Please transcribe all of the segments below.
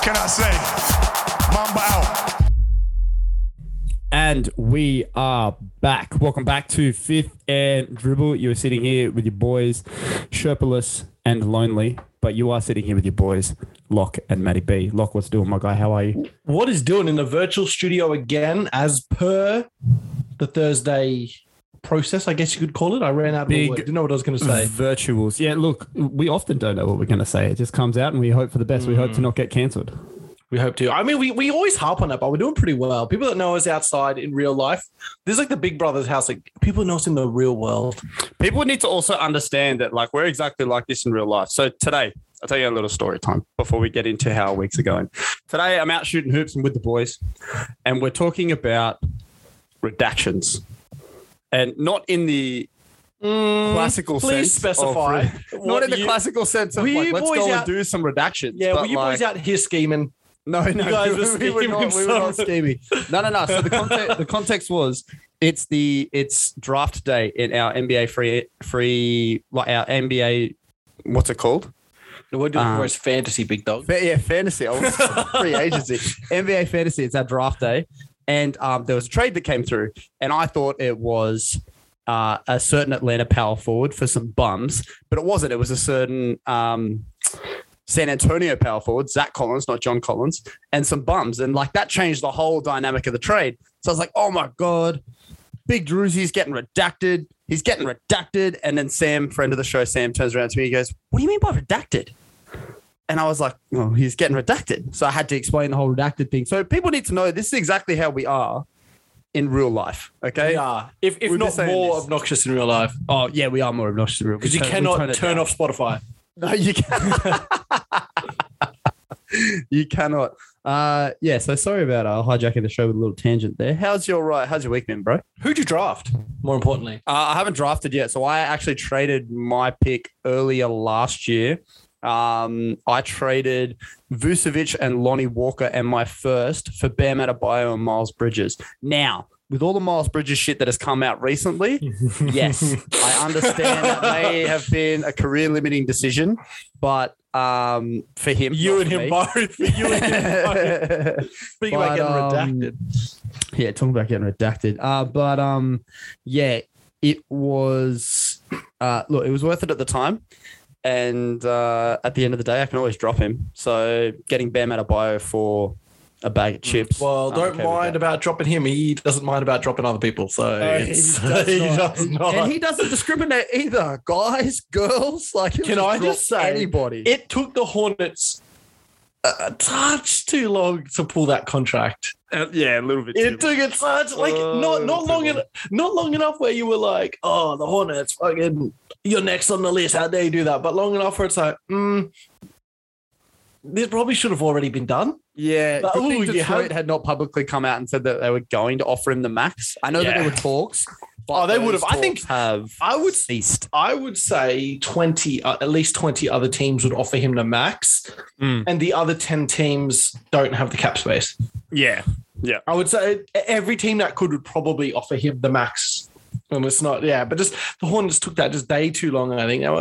can I say? Mamba out. And we are back. Welcome back to Fifth and Dribble. You're sitting here with your boys, Sherpless and Lonely, but you are sitting here with your boys, Locke and Matty B. Locke, what's doing, my guy? How are you? What is doing in the virtual studio again, as per the Thursday process, I guess you could call it. I ran out of Big- a word. Didn't know what I was going to say. Virtuals. Yeah, look, we often don't know what we're going to say. It just comes out and we hope for the best. We hope to not get cancelled. We hope to. I mean, we, we always harp on it, but we're doing pretty well. People that know us outside in real life, this is like the Big Brother's house. Like people know us in the real world. people need to also understand that like we're exactly like this in real life. So today, I'll tell you a little story time before we get into how our weeks are going. Today, I'm out shooting hoops and with the boys, and we're talking about redactions, and not in the classical Mm, please sense. of specify re- what not in the you- classical sense of Were like you let's boys go and out- do some redactions. Yeah, but well, you like, boys out here scheming. no, no, guys we, were we were not, we were not scheming. No, no, no. So the context, the context was it's the it's draft day in our NBA free free like our NBA. What's it called? We're doing Um, gross fantasy, big dog. Fa- yeah, fantasy. I was free agency. NBA fantasy. It's our draft day, and um, there was a trade that came through, and I thought it was. Uh, a certain Atlanta power forward for some bums, but it wasn't. It was a certain um, San Antonio power forward, Zach Collins, not John Collins, and some bums. And like that changed the whole dynamic of the trade. So I was like, oh my God, Big Drewzy's getting redacted. He's getting redacted. And then Sam, friend of the show, Sam turns around to me and goes, What do you mean by redacted? And I was like, Well, he's getting redacted. So I had to explain the whole redacted thing. So people need to know this is exactly how we are in real life. Okay. Yeah, if, if We've been not saying more this. obnoxious in real life, Oh, yeah, we are more obnoxious in real because you we turn- we cannot it turn down. off Spotify. No, you can. you cannot. Uh, yeah. So sorry about uh, hijacking the show with a little tangent there. How's your uh, How's your week been, bro? Uh, Who'd you draft? More importantly, I haven't drafted yet, so I actually traded my pick earlier last year. Um, I traded Vucevic and Lonnie Walker and my first for Bam Adebayo and Miles Bridges. Now, with all the Miles Bridges shit that has come out recently, yes, I understand that may have been a career limiting decision, but um, for him, not you and for him me. both. You and him both. Speaking about But, um, getting redacted. yeah, talking about getting redacted. Uh, but um, yeah, it was uh, look, it was worth it at the time. And uh, at the end of the day, I can always drop him. So getting Bam out of bio for a bag of chips. Well, I'm don't okay with mind that. about dropping him. He doesn't mind about dropping other people. So it's- he does not. And he doesn't discriminate either. Guys, girls, like he'll Can just I drop just say- anybody? it took the Hornets a, a touch too long to pull that contract. Uh, yeah, a little bit. It took it such like Oh, not not long people. enough, not long enough where you were like, oh, the Hornets, fucking, you're next on the list. How dare you do that? But long enough where it's like, mm, this probably should have already been done. Yeah, But, good thing ooh, you Detroit have- had not publicly come out and said that they were going to offer him the max. I know that there Yeah. were talks. Oh, they would those have. I think- talks have I would ceased. I would say 20, uh, at least 20 other teams would offer him the max, Hmm. Mm. and the other 10 teams don't have the cap space. Yeah, I would say e, every team that could would probably offer him the max. And it's not, yeah, but just the Hornets took that just day too long. I think they were,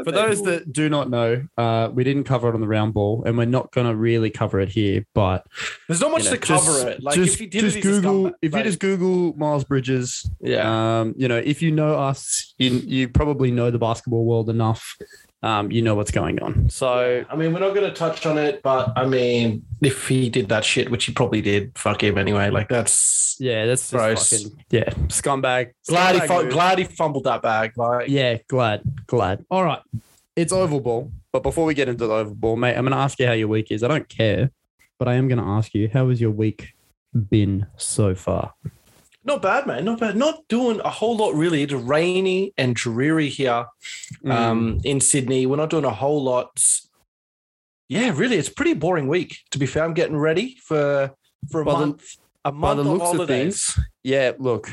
uh, For those maybe- that do not know, uh, we didn't cover it on the round ball, and we're not going to really cover it here. But there's not much you know, to cover just- it. Like, just, if you did just it, he's a Google. scumbag. If Like, you just Google Miles Bridges, yeah, um, you know, if you know us, you, you probably know the basketball world enough. Um, you know what's going on. So I mean, we're not going to touch on it, but I mean, if he did that shit, which he probably did, fuck him anyway. Like, that's yeah, that's just Gross. fucking yeah, scumbag. glad he, Scumbag fu- move. glad he fumbled that bag. Like, Yeah, glad, glad. All right, it's oval ball. But before we get into the oval ball, mate, I'm going to ask you how your week is. I don't care, but I am going to ask you how has your week been so far? Not bad, man. Not bad. Not doing a whole lot really. It's rainy and dreary here Mm. um, in Sydney. We're not doing a whole lot. Yeah, really, it's a pretty boring week. To be fair, I'm getting ready for for a By the- month. a by month the of looks of holidays. things, yeah. Look,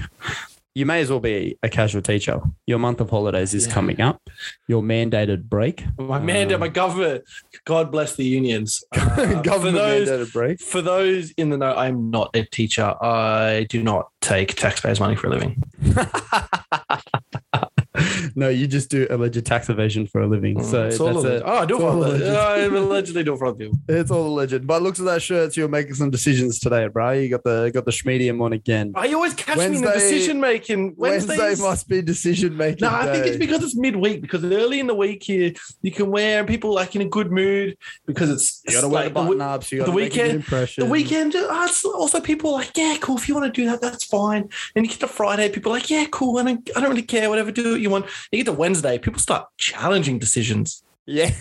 you may as well be a casual teacher. Your month of holidays is Yeah. coming up. Your mandated break. My mandate, my government. God bless the unions. Uh, for those mandated break. for those in the know, I'm not a teacher. I do not take taxpayers' money for a living. No, you just do alleged tax evasion for a living. So it's that's all it. alleged. Oh, I do it Mm, It's for all other- alleged. I allegedly do it for other people. It's all alleged. But looks at that shirt, so you're making some decisions today, bro. You got the got the schmedium on again. I always catch me in the Wednesday- decision making. Wednesday must be decision making. No, I think it's because it's midweek. Because early in the week here, you can wear and people like in a good mood because it's you gotta wear like the the button we- ups. You the gotta make a good weekend- impression. the weekend. uh, it's also, people are like, yeah, cool. If you want to do that, that's fine. And you get to Friday, people are like, yeah, cool. I don't, I don't really care. Whatever, do what you want. You get to Wednesday, people start challenging decisions. Yeah,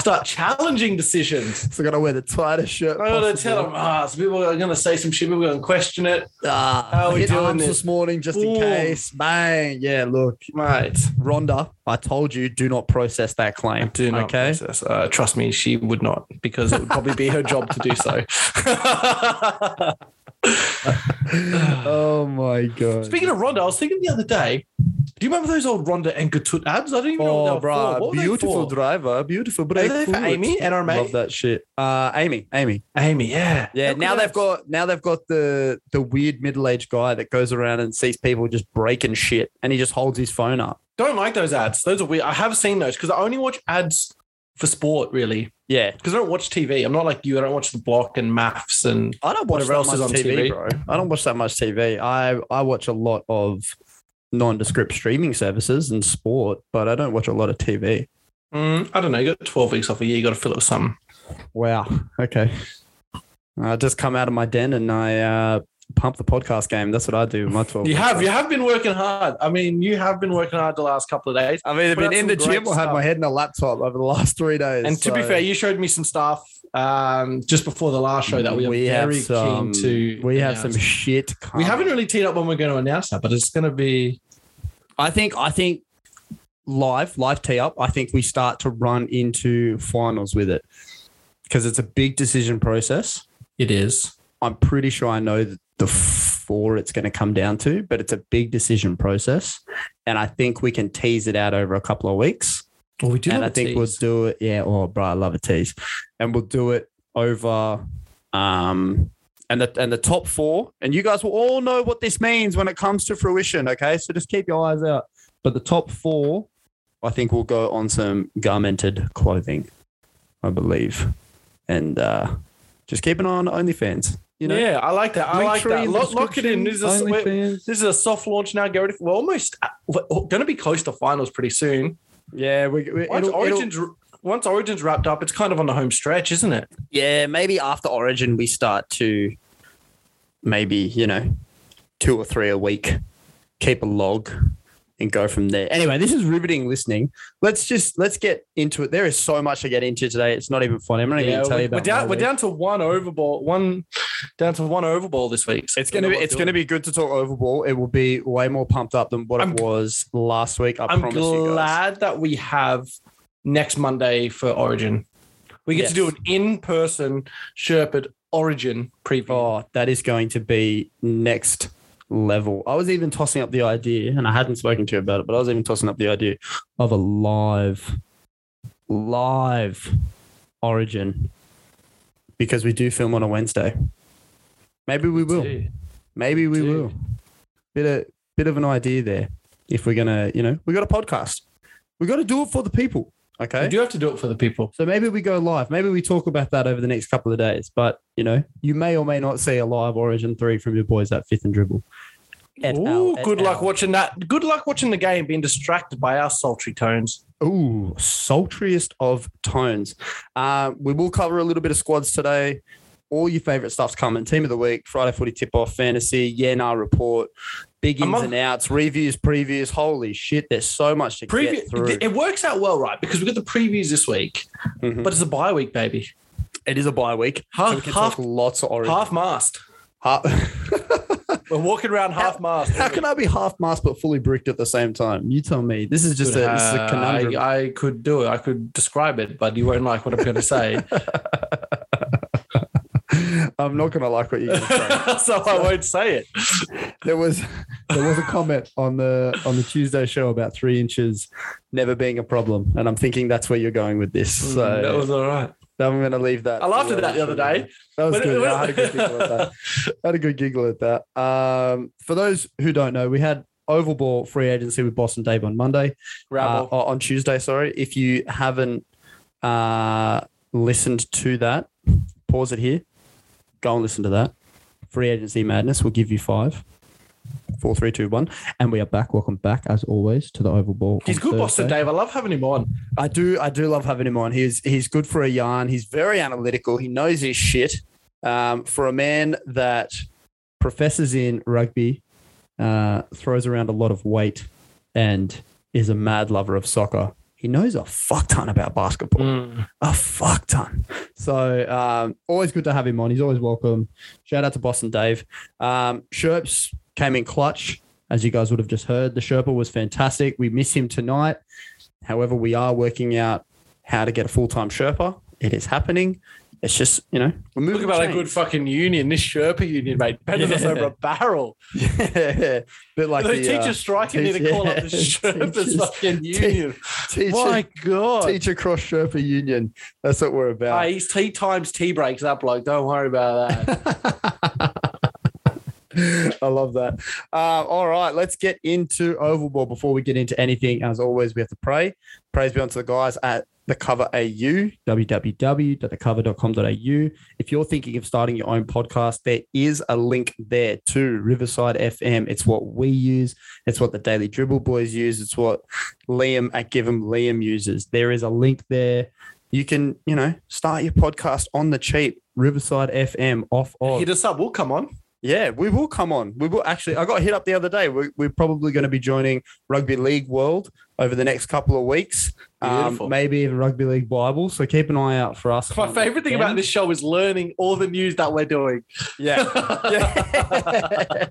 Start challenging decisions. so gotta wear the tightest shirt. I gotta possible. tell them, ah, so people are gonna say some shit. People are gonna question it, Ah, How are we hit doing arms this? this morning just in Ooh. case. Bang. Yeah, look, mate. Rhonda, I told you, do not process that claim. Do not Okay. process. Uh, trust me, she would not because it would probably be her job to do so. oh my god. Speaking of Ronda, I was thinking the other day. Do you remember those old Ronda and Gatut ads? I don't even know what they Oh, were bro, for. What were they beautiful for? driver, beautiful they break. for forward. Amy and Armee? Love that shit. Uh, Amy, Amy. Amy, yeah, Yeah, Look now at they've that. got now they've got the the weird middle aged guy that goes around and sees people just breaking shit, and he just holds his phone up. Don't like those ads. Those are weird. I have seen those because I only watch ads for sport, really. Yeah, Because I don't watch TV. I'm not like you. I don't watch the block and maths and I don't watch Whatever that else much is on TV, TV. bro. I don't watch that much TV. I I watch a lot of nondescript streaming services and sport, but I don't watch a lot of TV. Mm, I don't know. You got 12 weeks off a year. You got to fill it with something. Wow. Okay. I just come out of my den and I uh, pump the podcast game. That's what I do. with Oh, My twelve. You have. weeks You off. have been working hard. I mean, you have been working hard the last couple of days. I've either Put out been in some the great gym or had stuff. my head in a laptop over the last three days. And to be so- fair, you showed me some stuff um, just before the last show that we are very keen to. We have some announce. shit. we coming. haven't really teed up when we're going to announce that, but it's going to be. I think. I think live live tee up. I think we start to run into finals with it because it's a big decision process. It is. I'm pretty sure I know th- the four it's going to come down to, but it's a big decision process, and I think we can tease it out over a couple of weeks. Well, we do. and I have a think tease. we'll do it. Yeah. Oh, bro, I love a tease, and we'll do it over. Um, and the and the top four, and you guys will all know what this means when it comes to fruition. Okay, so just keep your eyes out. But the top four, I think, will go on some garmented clothing, I believe, and uh, just keep an eye on OnlyFans. You know, yeah, I like that. I Link like tree that. in the Lock, lock it in. This is, a, description, we're- OnlyFans. this is a soft launch now. Get ready. For, we're almost we're going to be close to finals pretty soon. Yeah, we, we, Once it'll- it'll- Origins, once Origins wrapped up, it's kind of on the home stretch, isn't it? Yeah, maybe after Origin we start to maybe, you know, two or three a week, keep a log and go from there. Anyway, this is riveting listening. Let's just let's get into it. There is so much to get into today. It's not even funny. I'm not even Yeah, gonna tell we're, you about we're down. my We're week. down to one overball. One down to one overball this week. So It's gonna be it's gonna be good to talk overball. It will be way more pumped up than what I'm- it was last week. I I'm promise you guys. glad that we have next Monday for Origin. We get Yes. to do an in-person Sherpard Origin preview. Oh, that is going to be next level. I was even tossing up the idea, and I hadn't spoken to you about it, but I was even tossing up the idea of a live, live origin because we do film on a Wednesday. Maybe we will. Dude. Maybe we Dude. will. Bit of bit of an idea there. If we're gonna, you know, we got a podcast. We got to do it for the people. Okay. We do have to do it for the people. So maybe we go live. Maybe we talk about that over the next couple of days. But you know, you may or may not see a live Origin three from your boys at Fifth and Dribble. At Ooh, our- at good luck our- watching that. Good luck watching the game, being distracted by our sultry tones. Ooh, sultriest of tones. Uh, we will cover a little bit of squads today. All your favorite stuff's coming. Team of the week, Friday footy tip off, fantasy, yeah, nah report, big I'm ins a- and outs, reviews, previews. Holy shit, there's so much to Preview. get through. It works out well, right? Because we got the previews this week, Mhm. but it's a bye week, baby. it is a bye week. so we Half can half talk lots of origin. half mast. half- We're walking around half mast. How can I be half masked but fully bricked at the same time? You tell me. This is just a, this is a Uh, conundrum. I, I could do it. I could describe it, but you won't like what I'm going to say. I'm not gonna like what you. so I won't say it. there was there was a comment on the on the Tuesday show about three inches never being a problem, and I'm thinking that's where you're going with this. So Mm, that was all right. I'm gonna leave that. I laughed to at that the other day. That was When- good. when- I had a good giggle at that. I had a good giggle at that. Um, for those who don't know, we had oval ball free agency with Boston Dave on Monday, uh, Rabble. or on Tuesday. Sorry, if you haven't uh, listened to that, pause it here. Go and listen to that. Free agency madness. We'll give you five, four, three, two, one, and we are back. Welcome back, as always, to the oval ball. He's on good, Boston Thursday. Dave. I love having him on. I do I do love having him on. He's he's good for a yarn. He's very analytical. He knows his shit. Um, for a man that professes in rugby, uh, throws around a lot of weight, and is a mad lover of soccer, he knows a fuck ton about basketball. A fuck ton. So um, always good to have him on. He's always welcome. Shout out to Boston Dave. Um, Sherps came in clutch, as you guys would have just heard. The Sherpa was fantastic. We miss him tonight. However, we are working out how to get a full time Sherpa. It is happening. It's just, you know, we're moving Talk about a chains. good fucking union, this Sherpa union, mate. Better us Yeah. over a barrel. yeah. Bit like they the, teach uh, us striking here to call up the teach- Sherpa's teachers- fucking union. teacher, My God. teacher cross Sherpa union. That's what we're about. Hey, he's tea times tea breaks that bloke. Don't worry about that. I love that. Um, all right, let's get into Ovalball before we get into anything. As always, we have to pray. Praise be unto the guys at The Cover AU, www.thecover.com.au. If you're thinking of starting your own podcast, there is a link there to Riverside FM. It's what we use, it's what the Daily Dribble Boys use, it's what Liam at Give 'em Liam uses. There is a link there. You can, you know, start your podcast on the cheap. Riverside FM off of Hit us up. We'll come on. yeah, we will come on. We will actually. I got hit up the other day. We're, we're probably going to be joining Rugby League World over the next couple of weeks. Um, Beautiful. maybe even Rugby League Bible. So keep an eye out for us. My on favorite thing them. about this show is learning all the news that we're doing. yeah. Yeah.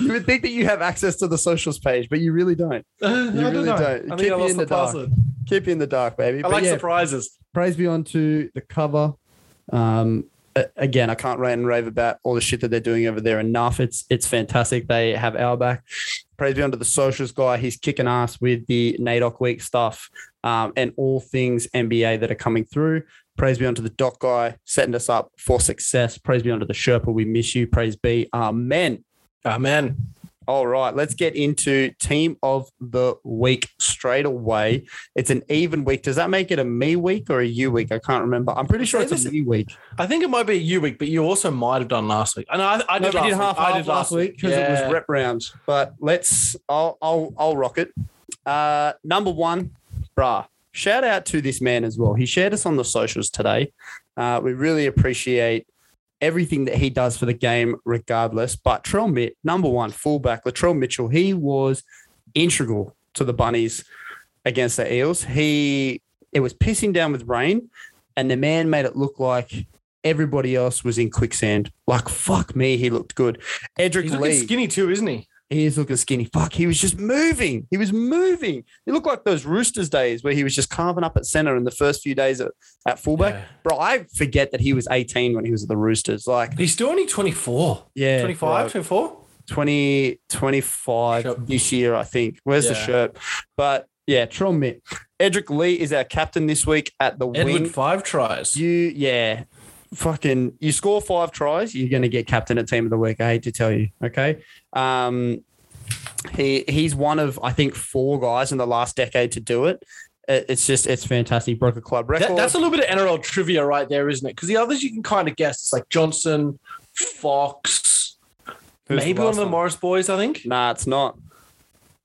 you would think that you have access to the socials page, but you really don't. you really don't. I Keep think you I in lost the the dark. password. Keep you in the dark, baby. I But like yeah, surprises. praise be unto the cover. Um, a- again, I can't rant and rave about all the shit that they're doing over there enough. It's it's fantastic. They have our back. Praise be unto the socials guy. He's kicking ass with the NADOC week stuff um, and all things NBA that are coming through. Praise be unto the doc guy setting us up for success. Praise be unto the Sherpa. We miss you. Praise be. Amen. Oh, man. All right, let's get into team of the week straight away. It's an even week. Does that make it a me week or a you week? I can't remember. I'm pretty sure it's a Listen, me week. I think it might be you week, but you also might have done last week. I know I, I No, we did, last did week. half I half did last week because it was Yeah. rep rounds. But let's, I'll, I'll, I'll rock it. Uh, number one, brah. Shout out to this man as well. He shared us on the socials today. Uh, we really appreciate everything that he does for the game, regardless. But Trell Mitt, number one fullback, Latrell Mitchell, he was integral to the Bunnies against the Eels. He it was pissing down with rain, and the man made it look like everybody else was in quicksand. Like fuck me, he looked good. Edric He's Lee, looking skinny too, isn't he? he is looking skinny. Fuck, he was just moving. He was moving. He looked like those Roosters days where he was just carving up at center in the first few days at, at fullback. Yeah. Bro, I forget that he was 18 when he was at the Roosters. Like, He's still only 24. yeah, 25, bro. 24? 20, 25 Shirt. this year, I think. Where's the Yeah. shirt? But yeah, Tron Mitt. Edric Lee is our captain this week at the Edward, wing. five tries. You, yeah, fucking, you score five tries, you're going to get captain at team of the week. I hate to tell you. Okay. Um, he he's one of I think four guys in the last decade to do it. It- It's just it's fantastic. Broke a club record. That, that's a little bit of NRL trivia right there, isn't it? Because the others you can kind of guess. It's like Johnson, Fox, Who's the maybe one of last the one? Morris boys, I think. nah, it's not.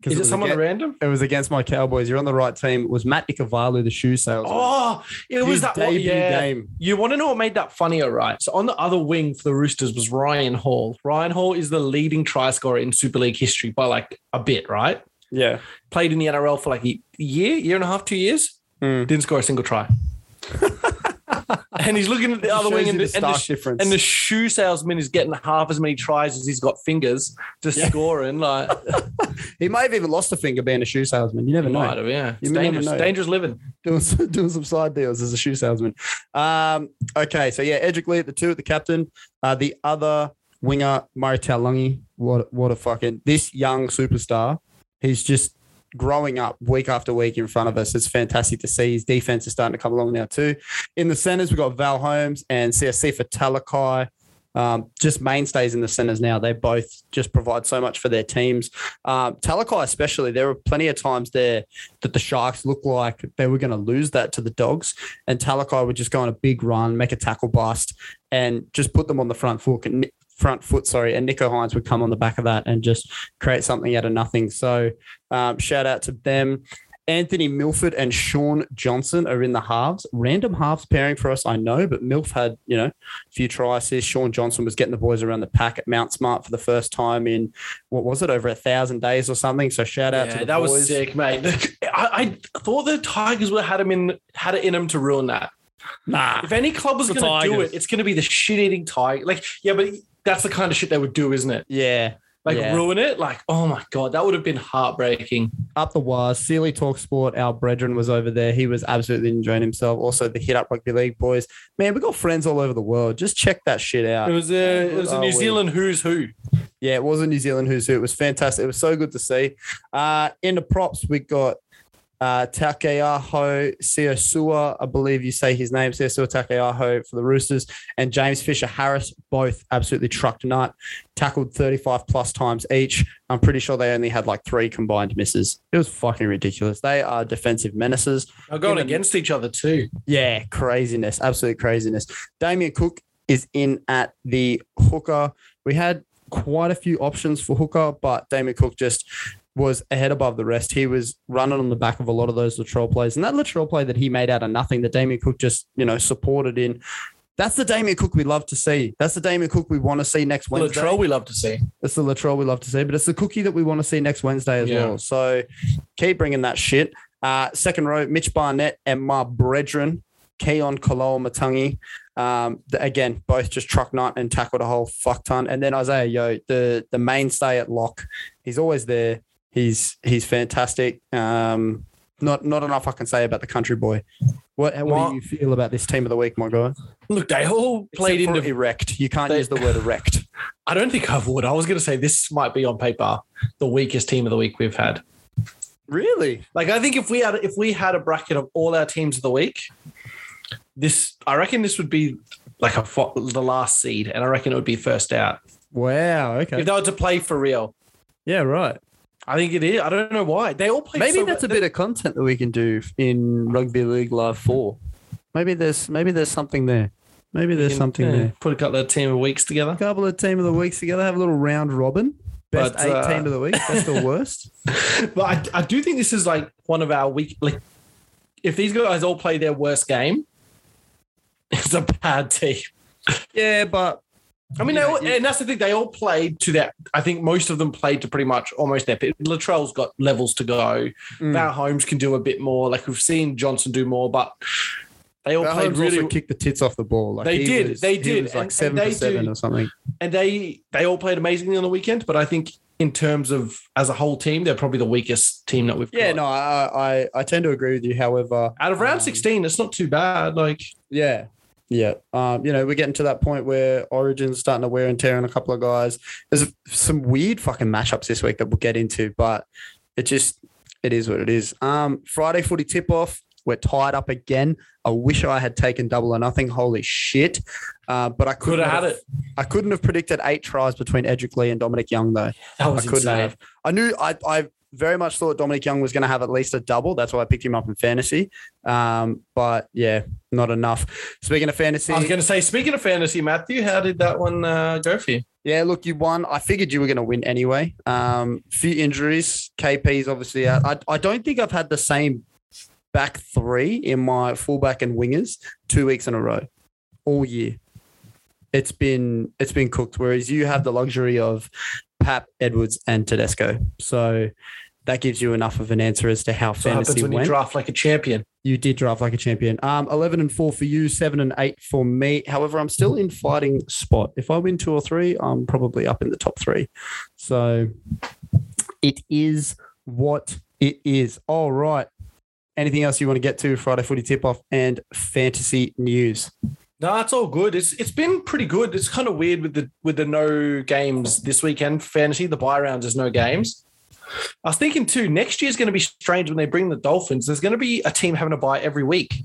'Cause Is it was someone against, random? it was against my Cowboys. You're on the right team. It was Matt Nicavalu, the shoe salesman. Oh, it was His that one. debut Yeah. game. You want to know what made that funnier, right? So on the other wing for the Roosters was Ryan Hall. Ryan Hall is the leading try scorer in Super League history by like a bit, right? Yeah. Played in the NRL for like a year, year and a half, two years. Mm. Didn't score a single try. and he's looking at the other wing and the, and the difference. And the shoe salesman is getting half as many tries as he's got fingers to Yeah. scoring. Like, he may have even lost a finger being a shoe salesman. You never know. might have, yeah. It's You never dangerous, know. dangerous living. doing some, doing some side deals as a shoe salesman. Um, okay, so yeah, Edric Lee at the two at the captain. Uh, the other winger, Murray Taulungi. What what a fucking this young superstar. He's just growing up week after week in front of us. It's fantastic to see. His defense is starting to come along now too. In the centers, we've got Val Holmes and CSC for Talakai. um, just mainstays in the centers now. They both just provide so much for their teams. Um, Talakai, especially, there were plenty of times there that the Sharks looked like they were going to lose that to the Dogs, and Talakai would just go on a big run, make a tackle bust, and just put them on the front foot. And, front foot, sorry, and Nico Hines would come on the back of that and just create something out of nothing. So um, shout out to them. Anthony Milford and Sean Johnson are in the halves. Random halves pairing for us, I know, but Milf had, you know, a few try assists. Sean Johnson was getting the boys around the pack at Mount Smart for the first time in, what was it, over a thousand days or something. So shout out Yeah, to the that boys. was sick, mate. I, I thought the Tigers would have had him in had it in him to ruin that. Nah. If any club was The going to do Tigers. it, it's going to be the shit-eating Tiger. Like, yeah, but that's the kind of shit they would do, isn't it? Yeah. Like Yeah. ruin it. Like, oh my god, that would have been heartbreaking. up the wires. Sealy Talk Sport, our brethren, was over there. He was absolutely enjoying himself. Also, the Hit Up Rugby League boys. Man, we got friends all over the world. Just check that shit It out. was a it was a Oh, New we- Zealand who's who. Yeah, it was a New Zealand who's who. It was fantastic. It was so good to see. Uh, in the props, we got uh, Takeaho Siosua, I believe you say his name, Siosua Takeaho for the Roosters, and James Fisher Harris, both absolutely trucked tonight, tackled 35 plus times each. I'm pretty sure they only had like three combined misses. It was fucking ridiculous. They are defensive menaces. They're going Yeah, but- against each other too. Yeah, craziness, absolute craziness. Damien Cook is in at the hooker. We had quite a few options for hooker, but Damien Cook just was ahead above the rest. He was running on the back of a lot of those lateral plays, and that lateral play that he made out of nothing, that Damien Cook just you know supported in. That's the Damien Cook we love to see. That's the Damien Cook we want to see next Wednesday. Latrell, we love to see. It's the Latrell we love to see, but it's the cookie that we want to see next Wednesday as Yeah. well. So keep bringing that shit. Uh, second row, Mitch Barnett and my brethren, Keon Kaloa Matangi. Um, th- again, both just truck nut and tackled a whole fuck ton. And then Isaiah Yo, the the mainstay at lock. He's always there. He's he's fantastic. Um, not not enough I can say about the country boy. What, what Well- do you feel about this team of the week, my guy? Look, they all played Except for into. erect. You can't they- use the word erect. I don't think I would. I was going to say this might be on paper the weakest team of the week we've had. Really? Like I think if we had if we had a bracket of all our teams of the week, this I reckon this would be like a fo- the last seed, and I reckon it would be first out Wow. if Okay. they were to play for real. Yeah. Right. I think it is. I don't know why they all play. Maybe that's a bit of content that we can do in Rugby League Live Four. Maybe there's maybe there's something there. Maybe there's something there. Put a couple of team of weeks A together. couple of team of the weeks together. Have a little round robin. Best But, eight uh, team of the week. Best or worst. But I, I do think this is like one of our week. Like if these guys all play their worst game, it's a bad team. Yeah, but I mean, Yeah, they all, you- and that's the thing. They all played to that. I think most of them played to pretty much almost their pit. Latrell's got levels to go. Mm. Val Holmes can do a bit more. Like we've seen Johnson do more, but they all Val played Holmes really. also kicked the tits off the ball. Like They he did, was- they he did, was and- like and seven they to seven do- or something. and they they all played amazingly on the weekend. But I think in terms of as a whole team, they're probably the weakest team that we've. Yeah, got. no, I, I I tend to agree with you. However, Out of round Um, sixteen, it's not too bad. Like Yeah. Yeah. Um, you know, we're getting to that point where Origin's starting to wear and tear on a couple of guys. There's some weird fucking matchups this week that we'll get into, but it just it is what it is. Um, Friday footy tip off. We're tied up again. I wish I had taken double or nothing. Holy shit. Uh, but I could couldn't have had it. I couldn't have predicted eight tries between Edric Lee and Dominic Young though. That I was couldn't insane. have. I knew I, I very much thought Dominic Young was going to have at least a double. That's why I picked him up in fantasy. Um, but yeah, not enough. Speaking of fantasy, I was going to say, speaking of fantasy, Matthew, how did that one uh, go for you? yeah, look, you won. I figured you were going to win anyway. Um, few injuries. KP's obviously out. I, I don't think I've had the same back three in my fullback and wingers two weeks in a row, all year. It's been it's been cooked. Whereas you have the luxury of Pap Edwards and Tedesco, so that gives you enough of an answer as to how So it happens fantasy when went. you draft like a champion. You did draft like a champion. Um, eleven and four for you, seven and eight for me. However, I'm still in fighting spot. If I win two or three, I'm probably up in the top three. So it is what it is. All right. Anything else you want to get to? Friday footy tip off and fantasy news. No, it's all good. It's it's been pretty good. It's kind of weird with the with the no games this weekend for fantasy. The buy rounds is no games. I was thinking too. Next year's going to be strange when they bring the Dolphins. There's going to be a team having a buy every week.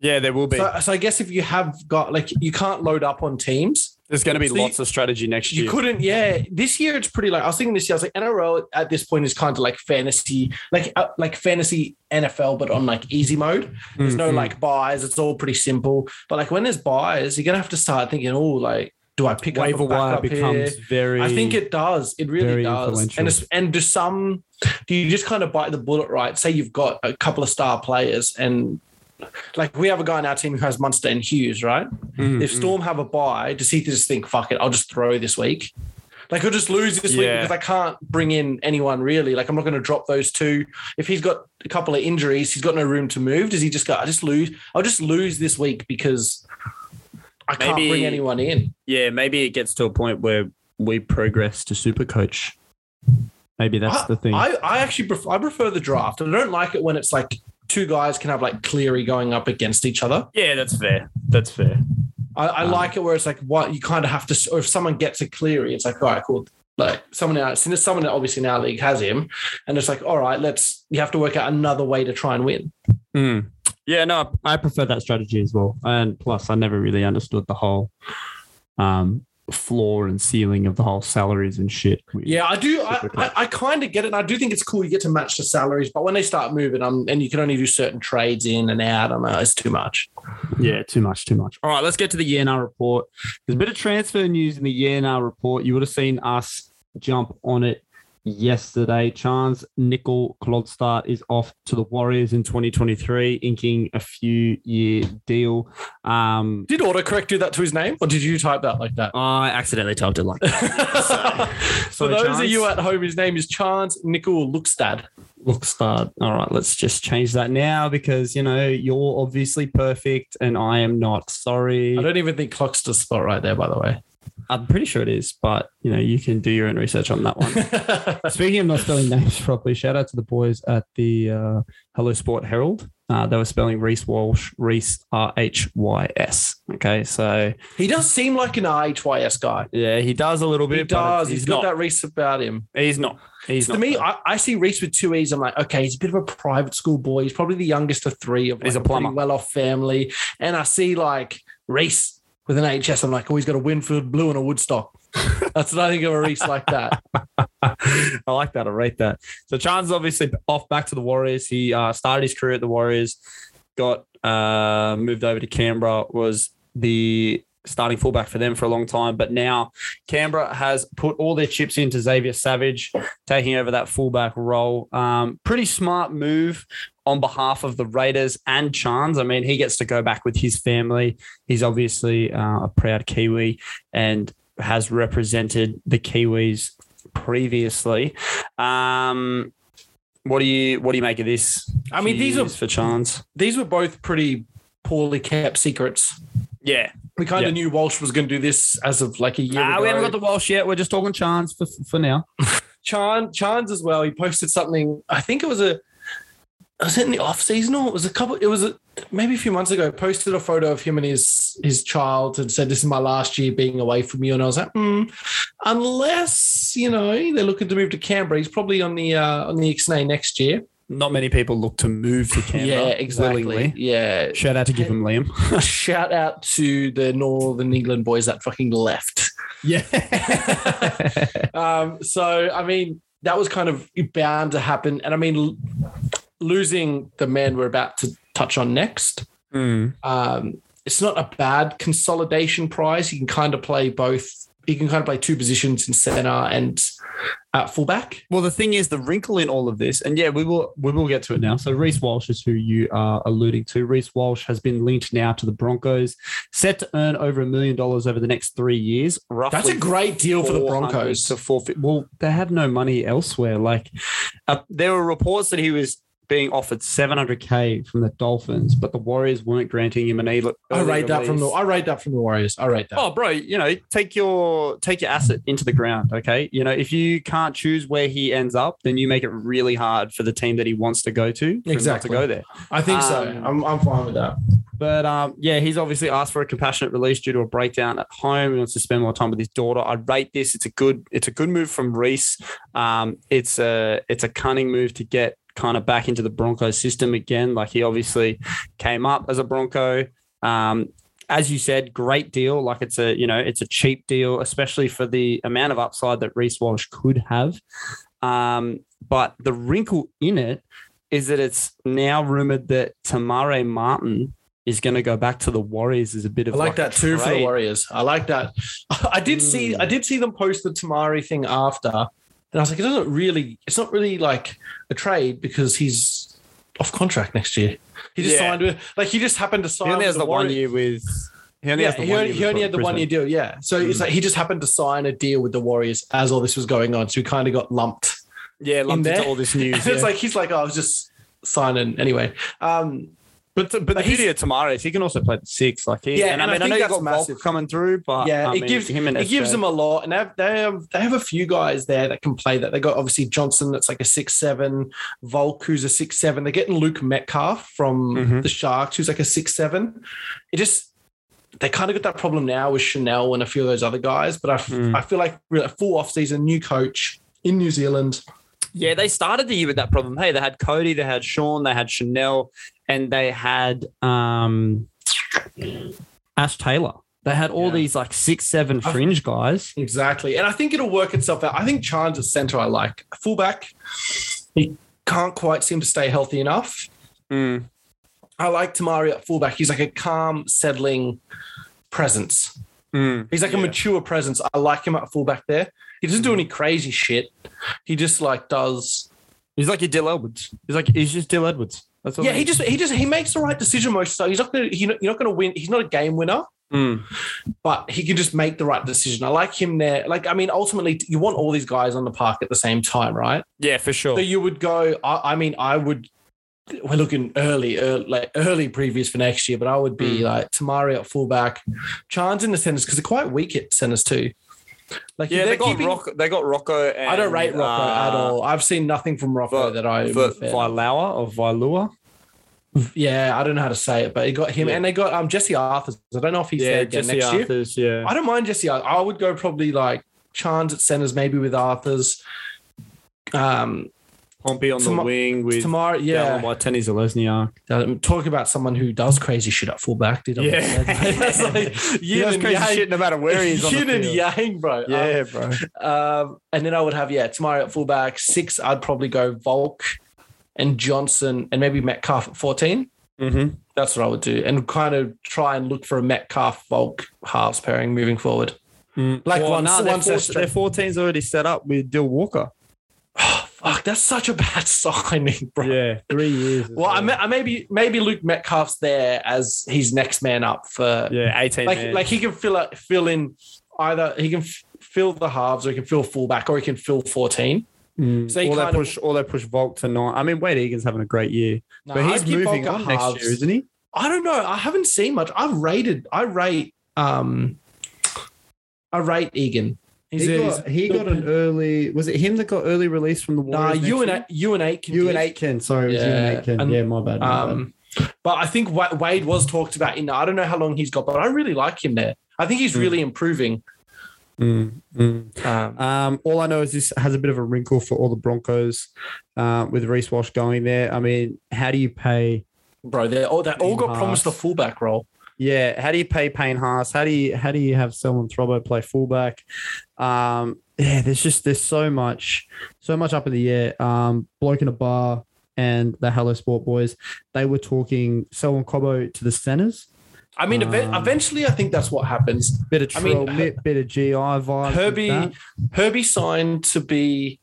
Yeah, there will So, so I guess if you have got like you can't load up on teams, There's going to be So you- lots of strategy next You year. couldn't, yeah. This year it's pretty like I was thinking this year. I was like NRL at this point is kind of like fantasy, like uh, like fantasy NFL, but on like easy mode. There's no Mm-hmm. like buys. It's all pretty simple. But like when there's buys, you're gonna have to start thinking, oh, like do I pick up waiver a wire backup here? becomes very. I think it does. It very really does. influential. And it's, and do some do you just kind of bite the bullet right? Say you've got a couple of star players and like we have a guy in our team who has Munster and Hughes, right? Mm, If Storm have a buy, does he just think, fuck it, I'll just throw this week? Like I'll just lose this week Yeah. because I can't bring in anyone really. Like I'm not going to drop those two. If he's got a couple of injuries, he's got no room to move. Does he just go? I just lose. I'll just lose this week because I can't Maybe- bring anyone in. yeah, maybe it gets to a point where we progress to super coach. maybe that's I, the thing. I, I actually prefer, I prefer the draft. I don't like it when it's like two guys can have like Cleary going up against each other. Yeah, that's fair. That's fair. I, I Um, like it where it's like what you kind of have to. Or if someone gets a Cleary, it's like all right, cool. Like someone else, since someone that obviously in our league has him, and it's like all right, let's. You have to work out another way to try and win. Mm. Yeah, no, I prefer that strategy as well. And plus, I never really understood the whole um, floor and ceiling of the whole salaries and shit. Yeah, I do. I, I, I kind of get it. And I do think it's cool. You get to match the salaries, but when they start moving, um, and you can only do certain trades in and out. I'm like, it's too much. Yeah, too much, too much. All right, let's get to the year now report. There's a bit of transfer news in the year now report. You would have seen us jump on it yesterday. Chance Nickel Klodstart is off to the Warriors in 2023, inking a few year deal. Um, Did autocorrect do that to his name, or did you type that like that? I accidentally typed it like For So those Chance- of you at home, his name is Chance Nickel Lookstad. look start. All right, let's just change that now because you know you're obviously perfect and I am not. Sorry. I don't even think Clockster's spot right there, by the way. I'm pretty sure it is, but you know, you can do your own research on that one. Speaking of not spelling names properly, shout out to the boys at the uh, Hello Sport Herald. Uh, they were spelling Reese Walsh, Reese R H Y S. Okay, so he does seem like an IHYS guy. yeah, he does a little bit. He but does. it's- he's got that Reese about him. He's not. He's to not. me, I, I see Reese with two E's. I'm like, okay, he's a bit of a private school boy. He's probably the youngest of three of like, He's a plumber. well off family. And I see like Reese with an HS. I'm like, oh, he's got a Winfield Blue and a Woodstock. That's what I think of a Reese like that. I like that. I rate that. So Chan's obviously off back to the Warriors. He uh, started his career at the Warriors, got uh, moved over to Canberra, was the starting fullback for them for a long time. But now Canberra has put all their chips into Xavier Savage, taking over that fullback role. Um, pretty smart move on behalf of the Raiders and Chans. I mean, he gets to go back with his family. He's obviously uh, a proud Kiwi and has represented the Kiwis previously. Um, what do you what do you make of this? I mean, few these are years for Chans. these were both pretty poorly kept secrets. Yeah, We kind Yeah. of knew Walsh was going to do this as of like a year nah, ago. we haven't got the Welsh yet. We're just talking Chans for for now. Chan Chan's as well. He posted something. I think it was a. Was it in the off season or it was a couple? It was a, maybe a few months ago. Posted a photo of him and his his child and said, "This is my last year being away from you." And I was like, hmm, unless you know they're looking to move to Canberra, he's probably on the uh, on the XNA next year. Not many people look to move to Canberra. yeah, exactly. willingly. Yeah. Shout out to give him Liam. Shout out to the Northern England boys that fucking left. Yeah. Um, so I mean, that was kind of bound to happen. And I mean, l- losing the man we're about to touch on next, Hmm. um, it's not a bad consolidation prize. He can kind of play both. He can kind of play two positions in center and uh, fullback. Well, the thing is, the wrinkle in all of this, and yeah, we will we will get to it now. So Reese Walsh is who you are alluding to. Reese Walsh has been linked now to the Broncos, set to earn over a million dollars over the next three years. Roughly, That's a great deal for the 400 Broncos. to forfeit. Well, they have no money elsewhere. Like, uh, there were reports that he was being offered 700k from the Dolphins, but the Warriors weren't granting him an. early- I rate that from the. release. I rate that from the Warriors. I rate that. Oh, bro, you know, take your take your asset into the ground. Okay, you know, if you can't choose where he ends up, then you make it really hard for the team that he wants to go to. for him not Exactly. to go there. I think so. um, I'm, I'm fine with that. But um, yeah, he's obviously asked for a compassionate release due to a breakdown at home. He wants to spend more time with his daughter. I rate this. It's a good. It's a good move from Reese. Um, it's a it's a cunning move to get kind of back into the Broncos system again. Like he obviously came up as a Bronco. Um, as you said, great deal. Like it's a you know it's a cheap deal, especially for the amount of upside that Reese Walsh could have. Um, but the wrinkle in it is that it's now rumored that Tamare Martin is going to go back to the Warriors as a bit of I like a that too for the trade. Warriors. I like that. I did see Mm. I did see them post the Tamari thing after, and I was like, it doesn't really. It's not really like a trade because he's off contract next year. He just Yeah. signed with like he just happened to sign. He only with has the the one Warriors. year with. He only yeah, has the he one only, year. he with only had the one year Brisbane. deal. Yeah, so it's Mm. like he just happened to sign a deal with the Warriors as all this was going on, so he kind of got lumped. Yeah, lumped in into there. all this news. And it's yeah. like he's like, oh, I was just signing anyway. Um, But but, the he's- beauty of Tamara is he can also play the six. Like he, Yeah, and, and I I mean I, think know you that's got massive. Volk coming through, but yeah, I it mean, gives him and it gives SJ. them a lot, and they have, they have they have a few guys there that can play that. They got obviously Johnson, that's like a six seven, Volk who's a six seven. They're getting Luke Metcalf from Mhm. the Sharks, who's like a six seven. It just they kind of got that problem now with Chanel and a few of those other guys, but I, f- Mm. I feel like we're a full off season, new coach in New Zealand. Yeah, they started the year with that problem. Hey, they had Cody, they had Sean, they had Chanel, and they had um Ash Taylor. They had all Yeah. these like six, seven fringe guys. Exactly. And I think it'll work itself out. I think Chan's at center, I like. Fullback, he can't quite seem to stay healthy enough. Mm, I like Tamari at fullback. He's like a calm, settling presence. He's like a Yeah. mature presence. I like him at fullback there. He doesn't do any crazy shit. He just like does. He's like your Dill Edwards. He's like he's just Dill Edwards. That's all. Yeah, he just he just he makes the right decision most of the time. He's not gonna he, you're not gonna win. He's not a game winner, Mm. but he can just make the right decision. I like him there. Like I mean, ultimately, you want all these guys on the park at the same time, right? yeah for sure. So you would go. I, I mean, I would. We're looking early, early, like early previews for next year, but I would Hmm. be like Tamari at fullback, Chan's in the centers because they're quite weak at centers too. Like yeah, they they're got keeping- Rocco. They got Rocco. And, uh, I don't rate Rocco at all. I've seen nothing from Rocco but- that I. am a fan of. Vilawa or Vilua. yeah, I don't know how to say it, but it got him, Yeah. and they got um Jesse Arthurs. I don't know if he's there again next year. Yeah. I don't mind Jesse. Arthur. I would go probably like Chan's at centers, maybe with Arthurs. Um, Pompey on Tomo- the wing with Tamari, yeah. Dallin Waitani Zelezniak. Um, talk about someone who does crazy shit at fullback. Did I Yeah. That's like yin He does and crazy yang. shit no matter where he is on the Yin and field. yang, bro. Yeah, bro. Um, um, and then I would have yeah, Tamari at fullback. Six, I'd probably go Volk and Johnson and maybe Metcalf at fourteen. Mm-hmm. That's what I would do, and kind of try and look for a Metcalf Volk halves pairing moving forward. Like well, once- no, their, once four, that's- their 14's already set up with Dill Walker. Oh, fuck, that's such a bad signing, bro. Yeah, three years. Well, I, may, I maybe maybe Luke Metcalf's there as his next man up for yeah, 18. like man. like he can fill out, fill in either he can f- fill the halves or he can fill fullback or he can fill 14 Mm. so he or they kind of- push, or they push Volk to nine. I mean, Wade Egan's having a great year, Nah, but he's I'd give moving Volk on a next halves. year, isn't he? i don't know i haven't seen much i've rated i rate um i rate egan he's a- he's- he got an early. Was it him that got early release from the nah Warriors? you and A- you and eight can you give. and Aitken. Sorry, it was you and Yeah, Aitken. and- yeah, my bad. my bad. um but i think Wa- wade was talked about in i don't know how long he's got but i really like him there i think he's really improving Mm, mm. um Um, all I know is this has a bit of a wrinkle for all the Broncos uh, with Reese Walsh going there. I mean, how do you pay? bro they all they all got promised the Haas. fullback role Yeah, how do you pay Payne Haas? How do you how do you have Selwyn Throbbo play fullback? Um, yeah, there's just there's so much, so much up in the air. Um, bloke in a bar and the Hello Sport boys, they were talking Selwyn Cobbo to the centers. i mean eve- Um, eventrill i think that's what happens Bit of I mean, trill, bit, bit of GI vibe. Herbie- Herbie signed to be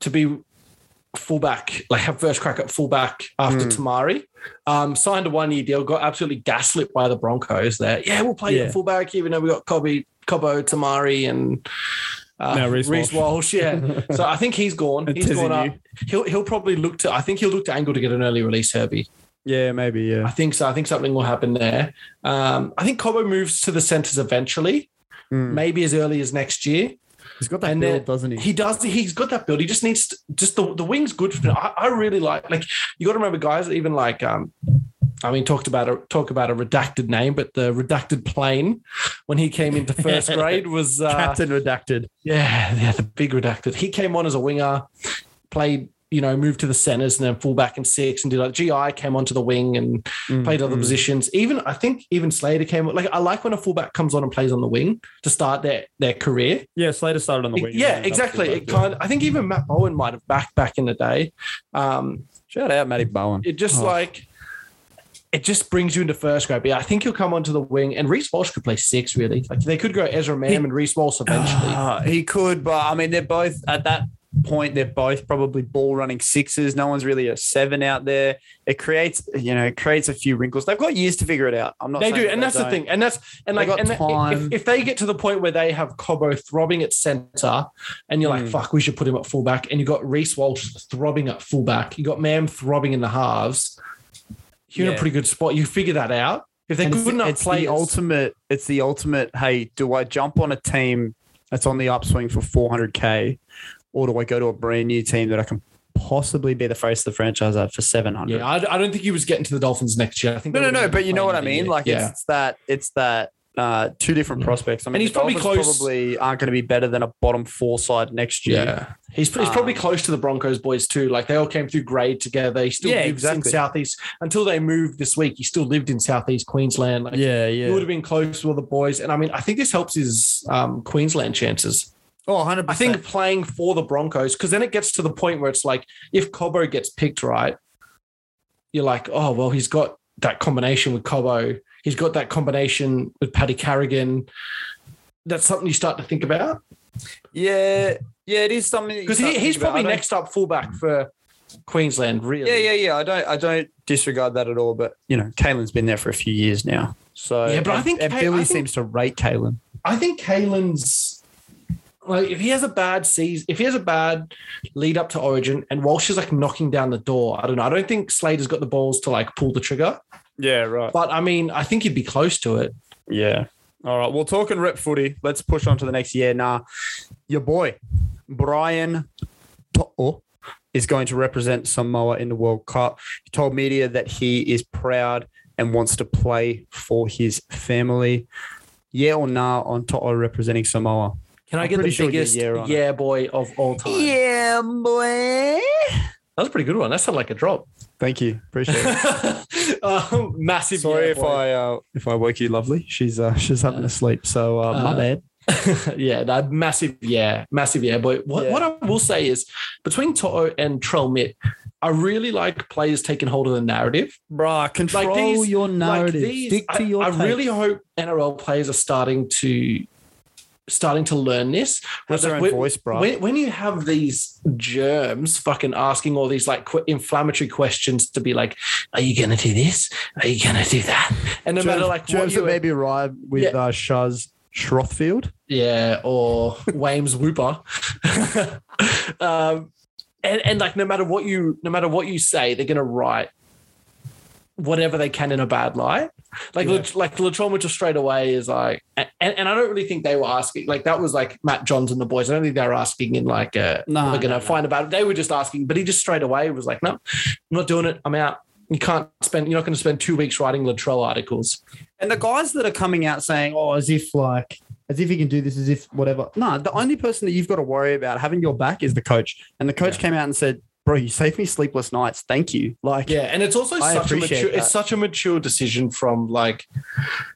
to be fullback, like have first crack at fullback after Tamari. Um, signed a one year deal, got absolutely gaslit by the Broncos there. Yeah, we'll play you Yeah. at fullback, even though we got Cobby, Cobbo, Tamari, and uh, Now Reece Reece Walsh. Yeah. so I think he's gone. And He's Tizzy gone up. knew. He'll he'll probably look to I think he'll look to Angle to get an early release, Herbie. Yeah, maybe. Yeah. I think so. I think something will happen there. Um, I think Cobbo moves to the centres eventually, Hmm. Mm. maybe as early as next year. He's got that And build, then- doesn't he? He does. He's got that build. He just needs to, just the the wings. Good for. I, I really like. Like you got to remember, guys. Even like um, I mean, talked about a talk about a redacted name, but the redacted plane when he came into first grade was uh, Captain redacted. yeah, yeah, the big redacted. He came on as a winger, played you know, moved to the centers and then fullback and six and did like GI came onto the wing and played Mm-hmm. Mm. other positions. Even I think even Slater came like I like when a fullback comes on and plays on the wing to start their their career. Yeah, Slater started on the wing. E, yeah, exactly. It kind I think even Matt Bowen might have back back in the day. Um, Shout out Matty Bowen. it just Oh. like it just brings you into first grade. But yeah, I think he'll come onto the wing and Reese Walsh could play six really. Like they could go Ezra Mam and Reese Walsh eventually. Ah, he could, but I mean, they're both at that point. They're both probably ball running sixes. No one's really a seven out there. It creates, you know, it creates a few wrinkles. They've got years to figure it out. I'm not. They saying do, that and that's the don't. thing, and that's and They like, got and time. if, if they get to the point where they have Cobo throbbing at center, and you're like, Hmm. "Fuck, we should put him at fullback," and you got Reese Walsh throbbing at fullback, you got Mam throbbing in the halves, you're in a Yeah. pretty good spot. You figure that out. If they're And good enough it's players, the ultimate. It's the ultimate. Hey, do I jump on a team that's on the upswing for 400k, or do I go to a brand new team that I can possibly be the face of the franchise at for 700? yeah, I, I don't think he was getting to the Dolphins next year. I think No, they no, were no. gonna But you know play what I another mean. year. Like Yeah. it's, it's that. It's that. Uh, two different prospects. I mean, he's the probably Dolphins close- Probably aren't going to be better than a bottom four side next year. Yeah, he's, he's Um, probably close to the Broncos boys too. Like they all came through grade together. He still Yeah, lives exactly. in southeast until they moved this week. He still lived in southeast Queensland. Like, yeah, He would have been close with all the boys, and I mean, I think this helps his um, Queensland chances. Oh, 100 I think playing for the Broncos because then it gets to the point where it's like if Cobo gets picked right, you're like, oh well, he's got that combination with Cobo. He's got that combination with Paddy Carrigan. That's something you start to think about. Yeah, yeah, it is something that you because start he, to he's think about. probably I don't- next up fullback for Queensland. Really, Yeah, yeah, yeah. I don't, I don't disregard that at all. But you know, Kalen's been there for a few years now. So Yeah, but I and- think and Ka- Billy I think- seems to rate Kalen. I think Kalen's like if he has a bad season, if he has a bad lead up to Origin, and Walsh is like knocking down the door. I don't know. I don't think Slater's got the balls to like pull the trigger, Yeah, right. but I mean, I think he'd be close to it. Yeah. All right. Well, talking rep footy, let's push on to the next year. Nah, your boy Brian To'o is going to represent Samoa in the World Cup. He told media that he is proud and wants to play for his family. Yeah or nah on To'o representing Samoa? Can i I'm get the pretty sure he'd get biggest yeah on it. yeah boy of all time? Yeah, boy. That was a pretty good one. That sounded like a drop. Thank you. Appreciate it. um, massive. Sorry yeah if boy. I uh, if I woke you, lovely. She's uh, she's having to sleep, so uh, my Uh, bad. yeah, no, massive, yeah, massive, yeah. But what, Yeah. what I will say is between Toto and Trelmit, I really like players taking hold of the narrative. Bruh, control these- your Like these, I, I takes. really hope NRL players are starting to starting to learn this. Have their Like, own when, voice, bruh. When, when you have these germs fucking asking all these like qu- inflammatory questions to be like, are you going to do this? Are you going to do that? And no matter like what germs you that maybe arrived with Yeah. uh, Shaz Shrothfield. Yeah, or Wames Whooper. um, and, and like no matter what you no matter what you say, they're gonna write whatever they can in a bad light. Like Yeah. Lat- like Latroma just straight away is like and, and I don't really think they were asking like that was like Matt Johns and the boys. I don't think they were asking in like uh No, we're no, gonna no. find about it. They were just asking, but he just straight away was like, No, I'm not doing it, I'm out. You can't spend you're not gonna spend two weeks writing Latrell articles. And the guys that are coming out saying, "Oh, as if like, as if he can do this, as if whatever." Nah, the only person that you've got to worry about having your back is the coach. And the coach came out and said, "Bro, you saved me sleepless nights. Thank you." Like, Yeah, and it's also I such a appreciate mature. that. It's such a mature decision from like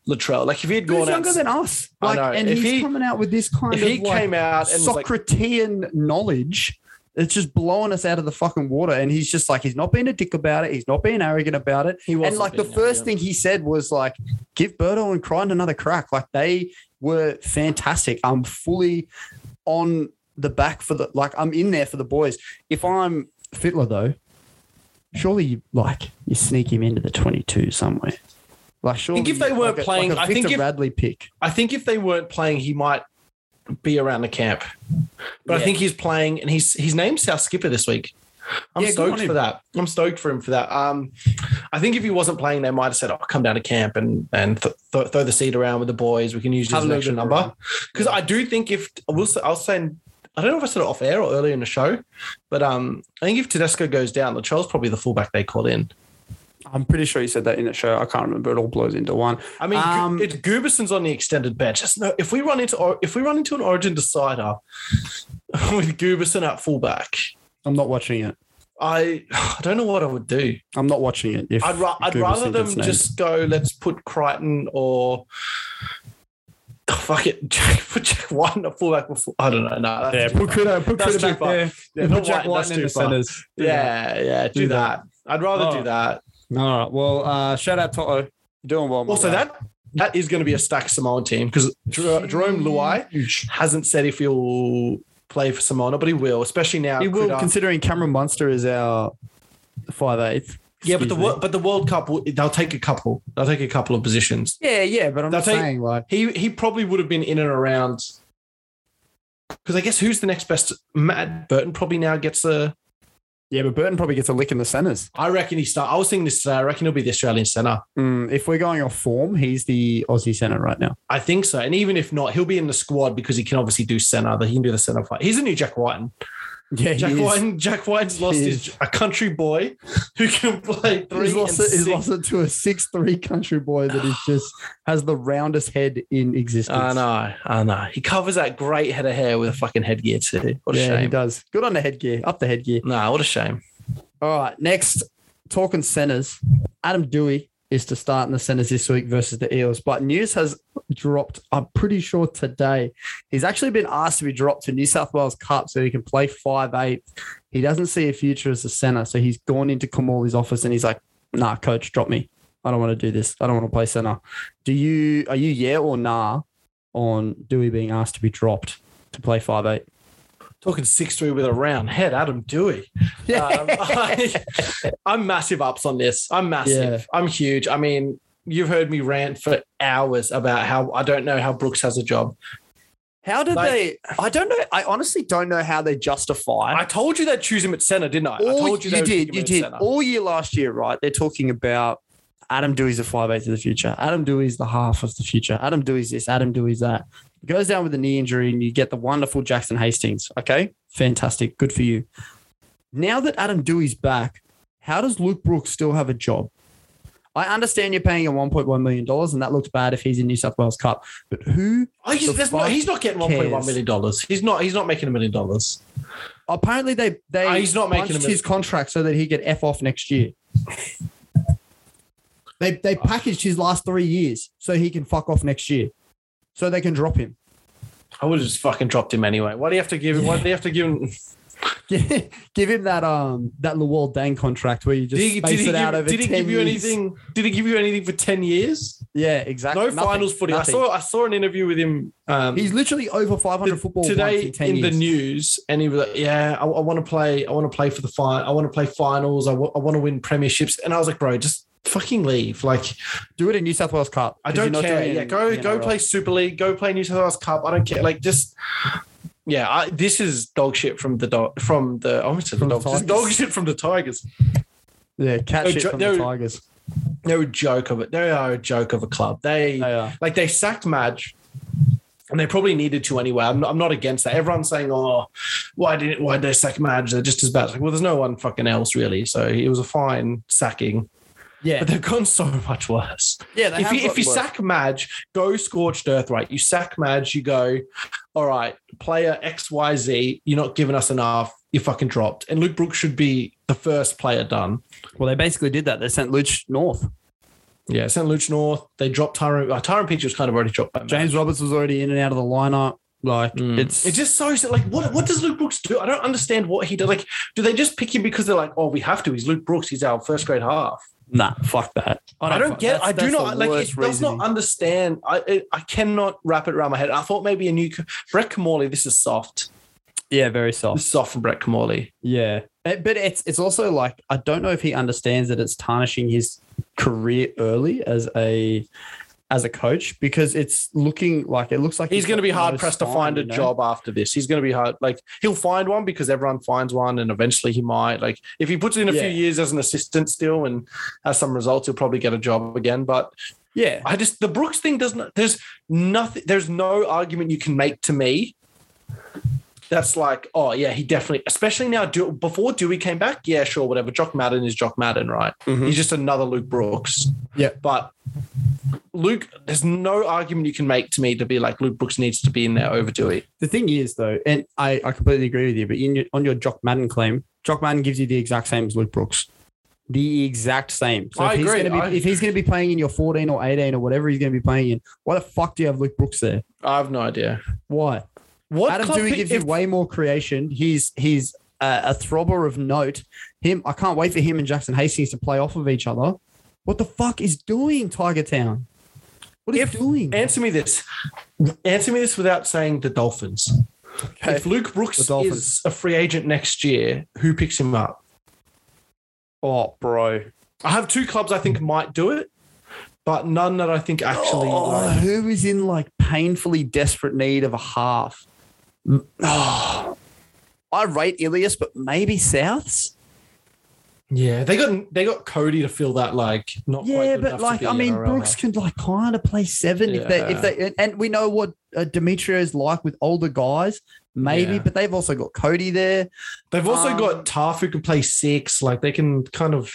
Latrell. Like if he had Dude's gone out, younger than us. I Like, know. and If he's he- coming out with this kind if of he like, came out and was like, Socratean knowledge. It's just blowing us out of the fucking water. And he's just like, he's not being a dick about it. He's not being arrogant about it. He wasn't and like the being first arrogant. thing he said was like, give Birdo and Crichton another crack. Like they were fantastic. I'm fully on the back for the like I'm in there for the boys. If I'm Fitler though, surely you like you sneak him into the 22 somewhere. Like surely if they you- weren't like a- playing- like a I think Victor if- Radley pick. I think if they weren't playing, he might be around the camp. But I Yeah. think he's playing, and he's he's named South Skipper this week. I'm Yeah, good on stoked him. for that. I'm stoked for him for that. Um, I think if he wasn't playing, they might have said, "Oh, come down to camp and and th- th- throw the seed around with the boys. We can use you Have as an a little extra bit of a number." Because I do think if we'll, say- I'll say, I don't know if I said it off air or earlier in the show, but um, I think if Tedesco goes down, Latrell's probably the fullback they call in. I'm pretty sure you said that in the show. I can't remember. It all blows into one. I mean, Um, it's Gooberson's on the extended bench. Just no, if we run into or- if we run into an Origin decider with Gooberson at fullback, I'm not watching it. I, I don't know what I would do. I'm not watching it. If I'd, ra- I'd Google rather them suggests names. just go, let's put Crichton or oh, fuck it, Jack, put Jack White in a fullback. Before, I don't know. No, that's Yeah, too put Critter, put uh, That's Critter too back far. there. Yeah, put not Jack White, White that's in too the far. centres. far. yeah, yeah, do, Do that. I'd rather Alright. do that. All right. Well, uh, shout out Toto. You're doing well. my Also, guy. that that is going to be a stacked Samoan team because Jer- Jerome Luai hasn't said if he'll play for Samoa, but he will, especially now. He will, Critter- considering Cameron Munster is our five eighth. yeah, but the wor- but the World Cup, will- they'll take a couple. They'll take a couple of positions. yeah, yeah, but I'm They'll not take- saying like He he probably would have been in and around. Because I guess who's the next best? Matt Burton probably now gets a. yeah, but Burton probably gets a lick in the centres. I reckon he start. I was thinking this today. I reckon he'll be the Australian centre. Mm, if we're going off form, he's the Aussie centre right now. I think so. And even if not, he'll be in the squad because he can obviously do centre. That he can do the centre fight. He's a new Jack Whiten. Yeah, he Jack is. Whiten. Jack White's lost He his a country boy who can play three. He's lost, and it, he's six. lost it to a six three country boy that is just has the roundest head in existence. I know. I know. He covers that great head of hair with a fucking headgear too. What a yeah, he shame. does. Good on the headgear. Up the headgear. Nah, what a shame. All right. Next, talking centers. Adam Dewey is to start in the centers this week versus the Eels, but news has dropped. I'm pretty sure today he's actually been asked to be dropped to New South Wales Cup so he can play five eight. He doesn't see a future as a center, so he's gone into Kamali's office and he's like, "Nah, coach, drop me. I don't want to do this. I don't want to play center." Do you? Are you yeah or nah on Dewey being asked to be dropped to play five eight? Talking six three with a round head, Adam Dewey. Um, I, am massive ups on this. I'm massive. Yeah. I'm huge. I mean, you've heard me rant for hours about how I don't know how Brooks has a job. How did Like- they? I don't know. I honestly don't know how they justify. I told you they'd choose him at center, didn't I? I all, told you, they would did. Oh, pick him You at did centre. all year last year, right? They're talking about Adam Dewey's the five eighth of the future. Adam Dewey's the half of the future. Adam Dewey's this. Adam Dewey's that. He goes down with a knee injury, and you get the wonderful Jackson Hastings. Okay, fantastic. Good for you. Now that Adam Dewey's back, how does Luke Brooks still have a job? I understand you're paying him $1.1 million, and that looks bad if he's in New South Wales Cup. But who Oh, he's, The that's not, fuck he's not getting 1.1 cares? million dollars. He's not. He's not making a million dollars. Apparently they they Uh, he's not making punched him a- his contract so that he could f off next year. they they Ah. packaged his last three years so he can fuck off next year, so they can drop him. I would have just fucking dropped him anyway. Why do you have to give him? Why do you have to give him? Give give him that um that Luol Dang contract where you just Did he, space did he it give, out over did he 10 give you years. anything? Did he give you anything for ten years? Yeah, exactly. No Nothing, finals footy. nothing. I saw. I saw an interview with him. Um, He's literally over 500 the- football today points in 10 in years. the news, and he was like, "Yeah, I, want to play. I want to play for the final. I want to play finals. I want to win premierships." And I was like, "Bro, just fucking leave. Like, Do it in New South Wales Cup. I 'cause you're don't not care. doing it Yeah, in go the go NRL. play Super League. Go play New South Wales Cup. I don't care. Like, just." Yeah, I, this is dog shit from the dog from the. I almost said From the the dog. Just Tigers. dog shit from the Tigers. Yeah, catch No, it Jo- from no- the Tigers. They're a joke of it. They are a joke of a club. They They are. like they sacked Madge, and they probably needed to anyway. I'm not, I'm not against that. Everyone's saying, "Oh, why didn't why did they sack Madge? They're just as bad." It's Like, well, there's no one fucking else really. So it was a fine sacking, Yeah, but they've gone so much worse. yeah. they If have you if got you worse. sack Madge, go scorched earth, right? You sack Madge, you go, all right, player X Y Z. You're not giving us enough. You're fucking dropped. And Luke Brooks should be the first player done. Well, they basically did that. They sent Luch north. Yeah, St. Luke's North. They dropped Tyrone. Uh, Tyrone Peach was kind of already dropped by Matt. James Roberts was already in and out of the lineup. Like Mm. it's, It's just so like what what does Luke Brooks do? I don't understand what he does. Like, do they just pick him because they're like, oh, we have to? He's Luke Brooks. He's our first grade half. nah. Fuck that. I don't get. I do not like. It does not Un- understand. I it, I cannot wrap it around my head. I thought maybe a new Brett Kamali. This is soft. yeah, very This soft. is soft for Brett Kamali. Yeah, Eh, but it's it's also like I don't know if he understands that it's tarnishing his career early as a as a coach because it's looking like it looks like He's going to got be no hard pressed to spine, find a you know? job after this. He's going to be hard. Like he'll find one because everyone finds one, and eventually he might. Like if he puts in a Yeah. few years as an assistant still and has some results, he'll probably get a job again. But Yeah, I just the Brooks thing does not. There's nothing. There's no argument you can make to me. That's like, oh yeah, he definitely. Especially now, do, before Dewey came back, yeah, sure, whatever. Jock Madden is Jock Madden, right? Mhm. He's just another Luke Brooks. Yeah. but Luke, there's no argument you can make to me to be like Luke Brooks needs to be in there over Dewey. the thing is though, and I, I completely agree with you, but in your, on your Jock Madden claim, Jock Martin gives you the exact same as Luke Brooks. The exact same. So I if he's agree. Gonna be, I- If he's going to be playing in your 14 or 18 or whatever he's going to be playing in, why the fuck do you have Luke Brooks there? I have no idea. Why? What Adam club Dewey pick- gives if- you way more creation. He's he's a, a throbber of note. Him, I can't wait for him and Jackson Hastings to play off of each other. What the fuck is doing Tiger Town? What is If- doing? Answer me this. Answer me this without saying the Dolphins. If Luke Brooks The Dolphins. is a free agent next year, who picks him up? oh, bro. I have two clubs I think might do it, but none that I think actually. Oh, like- who is in like painfully desperate need of a half? Oh, I rate Ilias, but maybe Souths. yeah, they got they got Cody to fill that like not quite Yeah, good enough but to like be I an mean, NRLer. Brooks can like kind of play seven if they if Yeah. they and, and we know what uh, Demetrio's like with older guys, maybe. Yeah. But they've also got Cody there. They've also um, got Taff who can play six. Like they can kind of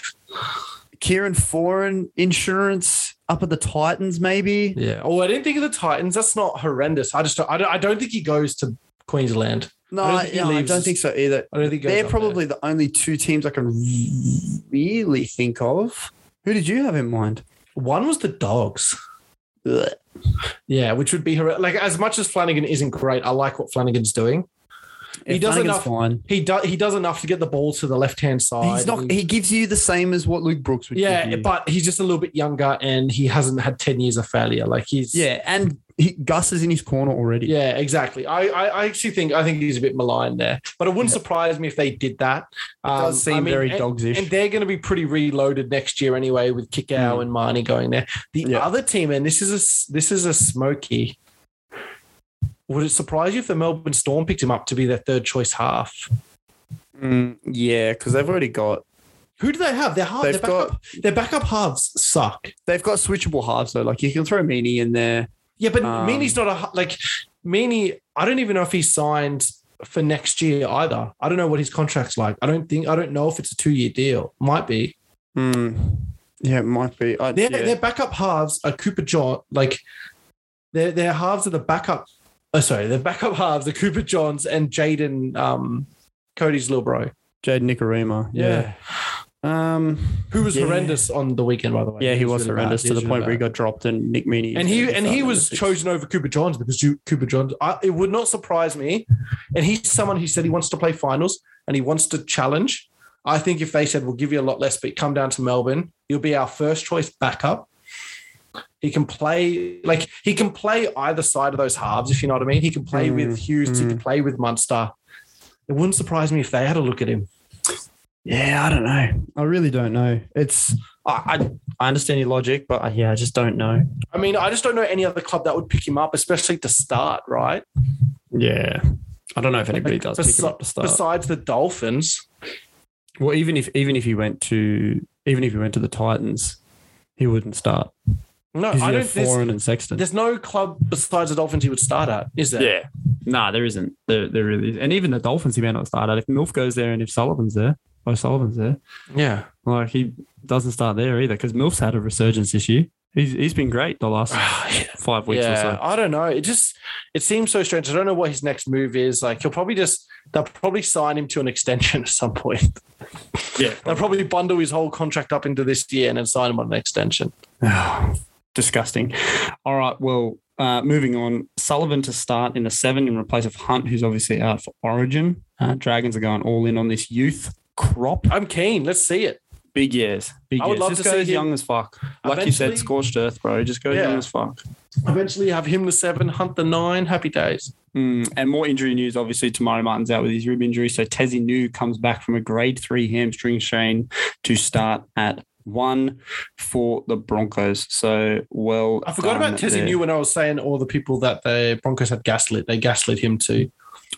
Kieran Foran insurance up at the Titans, maybe. yeah. Oh, I didn't think of the Titans. That's not horrendous. I just don't, I don't I don't think he goes to Queensland. No, I don't I, think he no, I leaves. don't think so either. I don't think he goes They're up probably the only two teams I can really think of. Who did you have in mind? there. one was the Dogs. Ugh. Yeah, which would be her. Like as much as Flanagan isn't great, I like what Flanagan's doing. He If does Flanagan's enough- Fine. He does he does enough to get the ball to the left hand side. He's not. and- He gives you the same as what Luke Brooks would. give yeah, you. but he's just a little bit younger and he hasn't had ten years of failure. Like he's yeah, and he, Gus is in his corner already. yeah, exactly. I, I I actually think I think he's a bit maligned there, but it wouldn't surprise me if they did that. it Um, does seem I mean, very and- dogsish. And they're going to be pretty reloaded next year anyway, with Kickow and Marnie going there. The Hmm. Yeah. other team, and this is a s- this is a smoky. Would it surprise you if the Melbourne Storm picked him up to be their third choice half? Mm, yeah, because they've already got Who do they have? Their half, their They've backup, their backup halves suck. they've got switchable halves though. Like you can throw Meany in there. Yeah, but Um, Meany's not a hu- like Meany. I don't even know if he's signed for next year either. I don't know what his contract's like. I don't think I don't know if it's a two year deal. Might be. Mm. Yeah, it might be. I, Their, yeah. their backup halves are Cooper John. Like their their halves are the backup. Oh, sorry, their backup halves are Cooper Johns and Jaden. Um, Cody's little bro. Jade Nicarima. Yeah. Um. who was Yeah. horrendous on the weekend, by the way. Yeah, he was really horrendous bad. to the was really point where he bad. got dropped and Nick Meany. And he and he was chosen over Cooper Johns because you, Cooper Johns. I, it would not surprise me. And he's someone who said he wants to play finals and he wants to challenge. I think if they said we'll give you a lot less, but come down to Melbourne, you'll be our first choice backup. He can play like he can play either side of those halves, if you know what I mean. He can play with Mm, Hughes, he can play with Munster. It wouldn't surprise me if they had a look at him. Yeah, I don't know. I really don't know. It's I I, I understand your logic, but I, yeah, I just don't know. I mean, I just don't know any other club that would pick him up, especially to start, right? Yeah. I don't know if anybody does pick him Besi- up to start. Besides the Dolphins. well, even if even if he went to even if he went to the Titans, he wouldn't start. No, 'Cause I you don't. have There's, Foreign and Sexton. there's no club besides the Dolphins he would start at, is there? Yeah. Nah, there isn't. There, there really is. And even the Dolphins, he may not start at. If Milf goes there and if Sullivan's there, or Sullivan's there, Yeah. like he doesn't start there either because Milf's had a resurgence this year. He's, he's been great the last yeah. five weeks or so. I don't know. It just it seems so strange. I don't know what his next move is. Like he'll probably just they'll probably sign him to an extension at some point. Yeah. They'll probably bundle his whole contract up into this year and then sign him on an extension. Disgusting. All right. Well, uh, moving on. Sullivan to start in the seven in replace of Hunt, who's obviously out for Origin. Uh, Dragons are going all in on this youth crop. I'm keen. Let's see it. Big years. Big I would years. love Just to see goes him- young as fuck. Like you Eventually- said, scorched earth, bro. Just goes Yeah. young as fuck. Eventually have him the seven, Hunt the nine. Happy days. Mm, and more injury news. Obviously, Tamari Martin's out with his rib injury. So Tassie New comes back from a grade three hamstring strain to start at one for the Broncos. So, well. I forgot done about Tessie there. New when I was saying all the people that the Broncos had gaslit. They gaslit him too.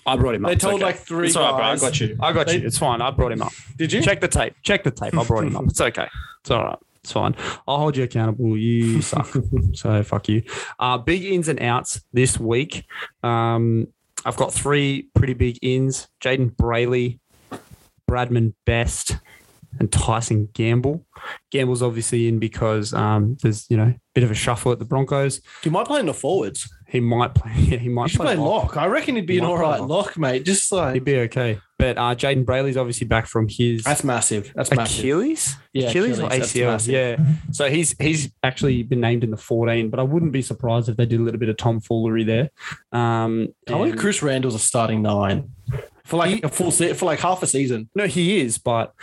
I brought him up. They It's told okay. like three It's all right, bro. I guys. got you. I got They- you. It's fine. I brought him up. Did you? Check the tape. Check the tape. I brought him up. It's okay. It's all right. It's fine. I'll hold you accountable. You suck. so fuck you. Uh, big ins and outs this week. Um, I've got three pretty big ins: Jaden Brayley, Bradman Best, and Tyson Gamble. Gamble's obviously in because um, there's you know a bit of a shuffle at the Broncos. He might play in the forwards. He might play. Yeah, he He might should play lock. lock. I reckon he'd be an Might all play right lock. lock, mate. Just He'd like be okay. But uh, Jaden Brayley's obviously back from his that's massive. That's massive. Achilles. Yeah, Achilles, or Achilles, that's ACL. massive. Yeah. So he's he's actually been named in the 14, but I wouldn't be surprised if they did a little bit of tomfoolery there. Um, I wonder and- if Chris Randall's a starting nine for like a full se- for like half a season. no, he is, but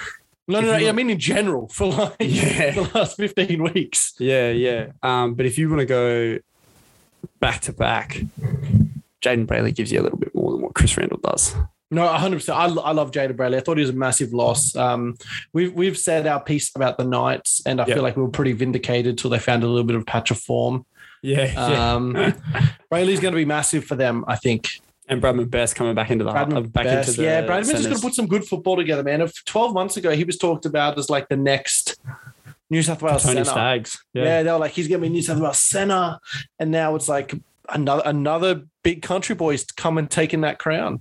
No, If no, no. you yeah, I want- mean in general for like Yeah. the last fifteen weeks. yeah, yeah. Um, but if you want to go back to back, Jaden Brayley gives you a little bit more than what Chris Randall does. No, 100%. I, I love Jada Bradley. I thought he was a massive loss. Um, we've, we've said our piece about the Knights, and I Yeah. feel like we were pretty vindicated till they found a little bit of patch of form. Yeah, yeah. Um, Bradley's going to be massive for them, I think. And Bradman Best coming back into the Bradman back Best, into the yeah, Bradman's just going centres. to put some good football together, man. If 12 months ago, he was talked about as like the next New South Wales Tony centre. Staggs. Yeah. Yeah. they were like, he's going to be New South Wales centre. And now it's like another another big country boy's come and taken that crown.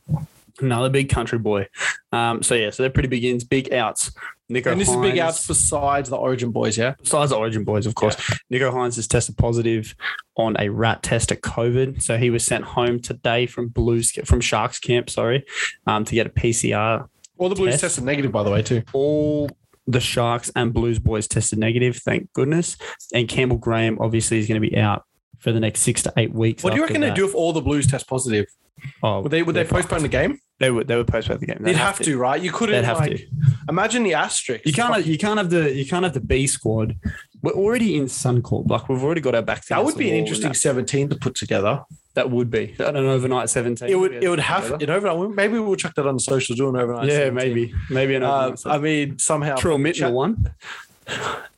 another big country boy. Um, so yeah, so they're pretty big ins, big outs. Nico and this is big Hines- outs besides the Origin boys, yeah? besides the Origin boys, of course. Nico Hines has tested positive on a rat test of COVID, so he was sent home today from Blues from Sharks camp. Sorry, um, to get a PCR. All the Blues Test. tested negative, by the way, too. All the Sharks and Blues boys tested negative, thank goodness. And Campbell Graham obviously is going to be out for the next six to eight weeks. What do you after reckon they that. do if all the Blues test positive? Oh, Would they would they postpone the game? They would. They would postpone the game. They'd have to, right? You couldn't They'd have like to. imagine the asterisk. You can't. You can't have the. You can't have the B squad. We're already in Suncorp. Like we've already got our back. That against would the be an wall interesting and That, seventeen to put together. that would be an overnight seventeen. It would it would have an overnight. Maybe we'll chuck that on the socials. Do an overnight. Yeah, 17. maybe. Maybe an Uh, overnight. I mean, somehow. Trill Mitchell one.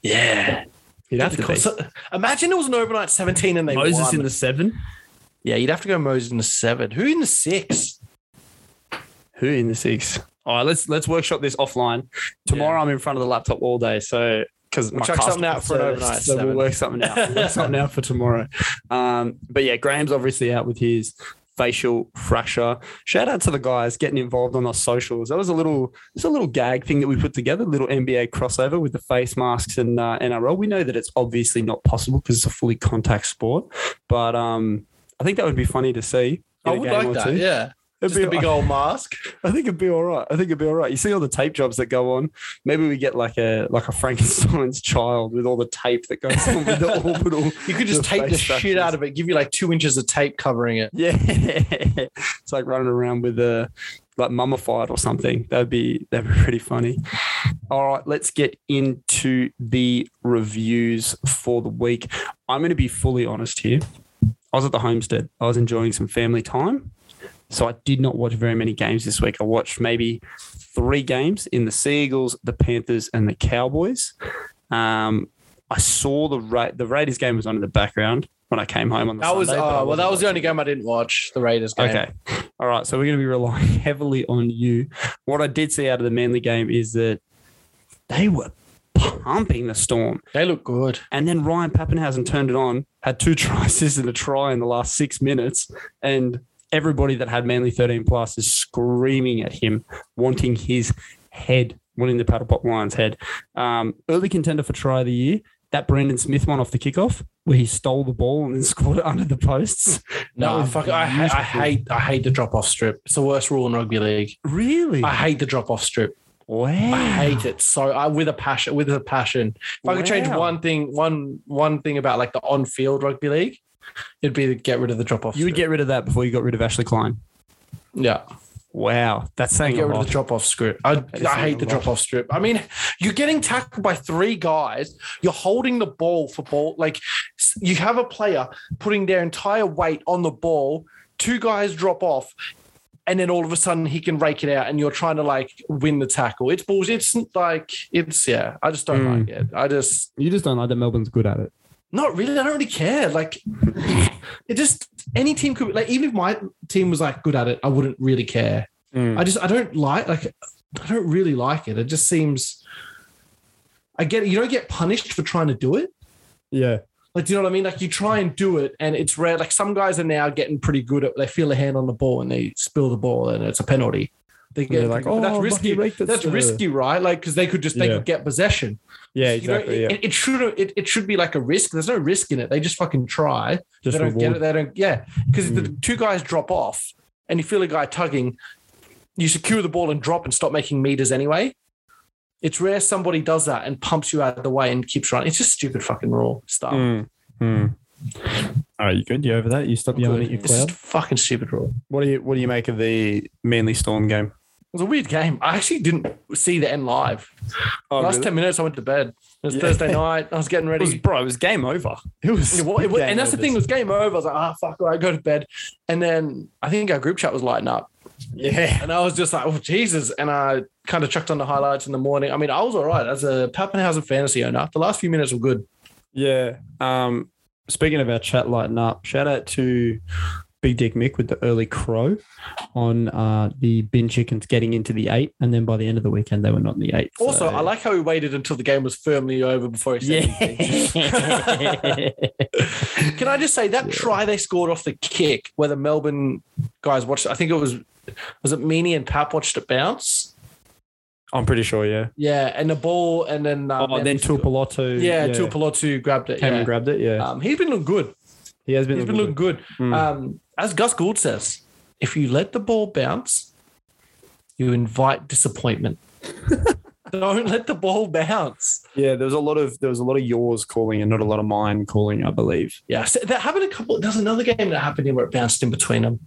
Yeah. He'd have to be. So- uh, imagine it was an overnight seventeen and they Moses won. in the seven. yeah. You'd have to go Moses in the seven. Who in the six? Who in the six? All right, let's let's workshop this offline. Tomorrow I'm in front of the laptop all day, so because We'll chuck something out for an overnight So we'll seven. work something out. We'll work something out for tomorrow. Um, but yeah, Graham's obviously out with his facial fracture. Shout out to the guys getting involved on our socials. That was a little, it's a little gag thing that we put together, little NBA crossover with the face masks and uh, NRL. We know that it's obviously not possible because it's a fully contact sport, but um, I think that would be funny to see. in I a would game like or that. two. Yeah. It'd Just be- a big old mask. I think it'd be all right. I think it'd be all right. You see all the tape jobs that go on. Maybe we get like a like a Frankenstein's child with all the tape that goes on with the orbital. You could just the tape the face shit out of it. Give you like two inches of tape covering it. Yeah, it's like running around with a like mummified or something. That'd be that'd be pretty funny. All right, let's get into the reviews for the week. I'm going to be fully honest here. I was at the homestead. I was enjoying some family time. So I did not watch very many games this week. I watched maybe three games in the Seagulls, the Panthers, and the Cowboys. Um, I saw the Ra- the Raiders game was on in the background when I came home on the That was Sunday, but I uh, well. wasn't That was watching. the only game I didn't watch. The Raiders game. Okay. All right. So we're going to be relying heavily on you. What I did see out of the Manly game is that they were pumping the storm. They look good. And then Ryan Pappenhausen turned it on, had two tries and a try in the last six minutes. And everybody that had Manly 13 plus is screaming at him, wanting his head, wanting the paddle pop lion's head. Um, early contender for try of the year. That Brandon Smith one off the kickoff, where he stole the ball and then scored it under the posts. That No, was fuck, I, ha- I beautiful. hate I hate the drop off strip. It's the worst rule in rugby league. Really? I hate the drop off strip. wow. I hate it so I with a passion with a passion. If I could change Wow. one thing one one thing about like the on field rugby league, it'd be to get rid of the drop off. You would get rid of that before you got rid of Ashley Klein. yeah. Wow, that's saying Get a rid of lot. the drop off strip. I, is I saying a hate the lot. drop off strip. I mean, you're getting tackled by three guys. You're holding the ball for ball. Like s- you have a player putting their entire weight on the ball. Two guys drop off, and then all of a sudden he can rake it out, and you're trying to like win the tackle. It's bullshit. It's n- like it's yeah. I just don't Mm. like it. I just you just don't like that Melbourne's good at it. not really. I don't really care. Like it just any team could like even if my team was like good at it, I wouldn't really care. Hmm. I just I don't like like I don't really like it. It just seems I get you don't get punished for trying to do it. yeah. Like do you know what I mean? Like you try and do it and it's rare. Like some guys are now getting pretty good at they feel a hand on the ball and they spill the ball and it's a penalty. They get like, but that's "Oh, risky. Bucky Raked it, That's uh, risky, right? Like because they could just they Yeah. could get possession. Yeah, You know, exactly. yeah. it, it should it, it should be like a risk. There's no risk in it. They just fucking try. Just they don't reward. Mm. get it. They don't. Yeah, because the two guys drop off, and you feel a guy tugging. You secure the ball and drop and stop making meters anyway. It's rare somebody does that and pumps you out of the way and keeps running. It's just stupid fucking rule stuff. Mm. Mm. All right, you good? You over that? You stop yelling at your It's just cloud. fucking stupid rule. What do you What do you make of the Manly Storm game? It was a weird game. I actually didn't see the end live. Oh, Last really? ten minutes, I went to bed. It was Yeah. Thursday night. I was getting it ready. was bro. It was game over. It was. Yeah, well, it was, game and that's the over. thing. It was game over. I was like, ah, fuck, all right, go to bed. And then I think our group chat was lighting up. Yeah. And I was just like, oh, Jesus. And I kind of chucked on the highlights in the morning. I mean, I was all right as a Pappenhausen fantasy owner. The last few minutes were good. Yeah. Um, speaking of our chat lighting up, shout out to Big Dick Mick with the early crow on uh, the bin chickens getting into the eight, and then by the end of the weekend they were not in the eight. Also, so- I like how he waited until the game was firmly over before he said anything. yeah. Can I just say that try they scored off the kick where the Melbourne guys watched, I think it was, was it Meany and Pap watched it bounce? I'm pretty sure. Yeah. Yeah. And the ball, and then. uh, Oh, and then Tupelotu. Yeah, yeah. Tupelotu grabbed it. Came yeah. and grabbed it. Yeah. Um, he's been looking good. he has been. He's been looking good. Mm. Um, as Gus Gould says, if you let the ball bounce, you invite disappointment. Don't let the ball bounce. Yeah, there was a lot of there was a lot of yours calling and not a lot of mine calling, I believe. Yeah, so that happened a couple. There's another game that happened here where it bounced in between them.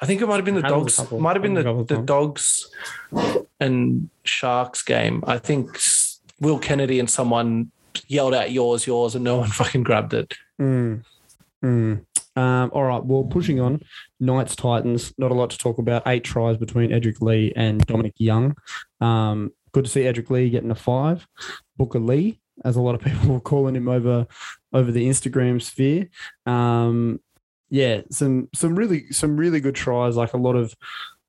I think it might have been the Happened a dogs. couple- Might have been the, happened a couple the times. dogs and sharks game. I think s- Will Kennedy and someone yelled out yours, yours, and no one fucking grabbed it. Mm. Mm. Um, all right. Well, pushing on. Knights Titans. Not a lot to talk about. Eight tries between Edric Lee and Dominic Young. Um, good to see Edric Lee getting a five. Booker Lee, as a lot of people were calling him over over the Instagram sphere. Um, yeah, some some really some really good tries. Like a lot of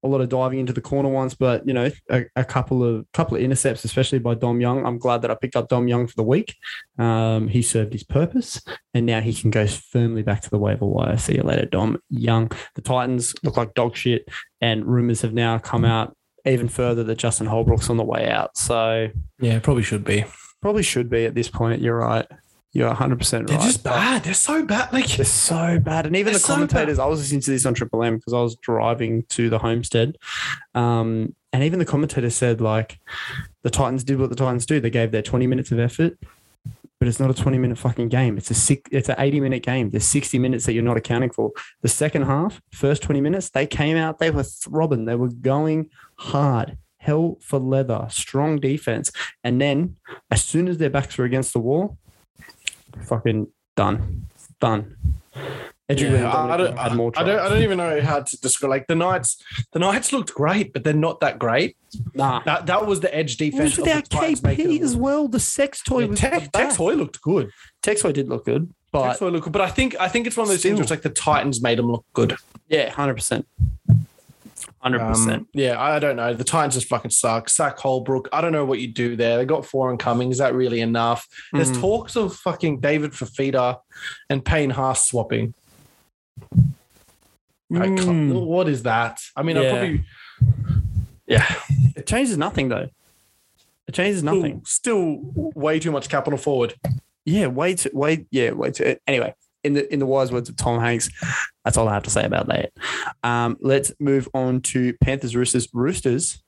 a lot of diving into the corner ones, but you know a, a couple of couple of intercepts, especially by Dom Young. I'm glad that I picked up Dom Young for the week. Um, he served his purpose and now he can go firmly back to the waiver wire. See you later, Dom Young. The Titans look like dog shit, and rumors have now come out even further that Justin Holbrook's on the way out. So Yeah, probably should be. probably should be at this point. You're right. You're 100 percent They're right. just bad. They're so bad. Like They're so bad, and even They're the so commentators. I was listening to this on Triple M because I was driving to the homestead, um, and even the commentator said like, the Titans did what the Titans do. They gave their 20 minutes of effort, but it's not a 20 minute fucking game. It's a six. It's an 80 minute game. There's 60 minutes that you're not accounting for. The second half, first 20 minutes, they came out. They were throbbing. They were going hard. Hell for leather, strong defense. And then as soon as their backs were against the wall, fucking done. Done. Edgerton Yeah, I, I don't, had more I don't. I tries. don't even know how to describe. Like the Knights, the Knights looked great, but they're not that great. Nah. That that was the edge It was defense. of the without Titans making KP it- as well. The sex toy Yeah, was Tex, Tex Hoy looked good. Tex toy did look good, Tex but Hoy looked good, but I think I think it's one of those things where it's Still. like the Titans made him look good. yeah, hundred percent, hundred percent. Um, yeah, I don't know. The Titans just fucking suck. Sack Holbrook. I don't know what you do there. They got foreign coming. Is that really enough? There's Mm. talks of fucking David Fafita and Payne Haas swapping. I can't- what is that? I mean, I Mm. Yeah. probably. Yeah. Mm. It changes nothing though. It changes nothing. Still, still way too much capital forward. Yeah, way too, way, yeah, way too. eh, Anyway, in the in the wise words of Tom Hanks, that's all I have to say about that. Um, let's move on to Panthers Roosters. Roosters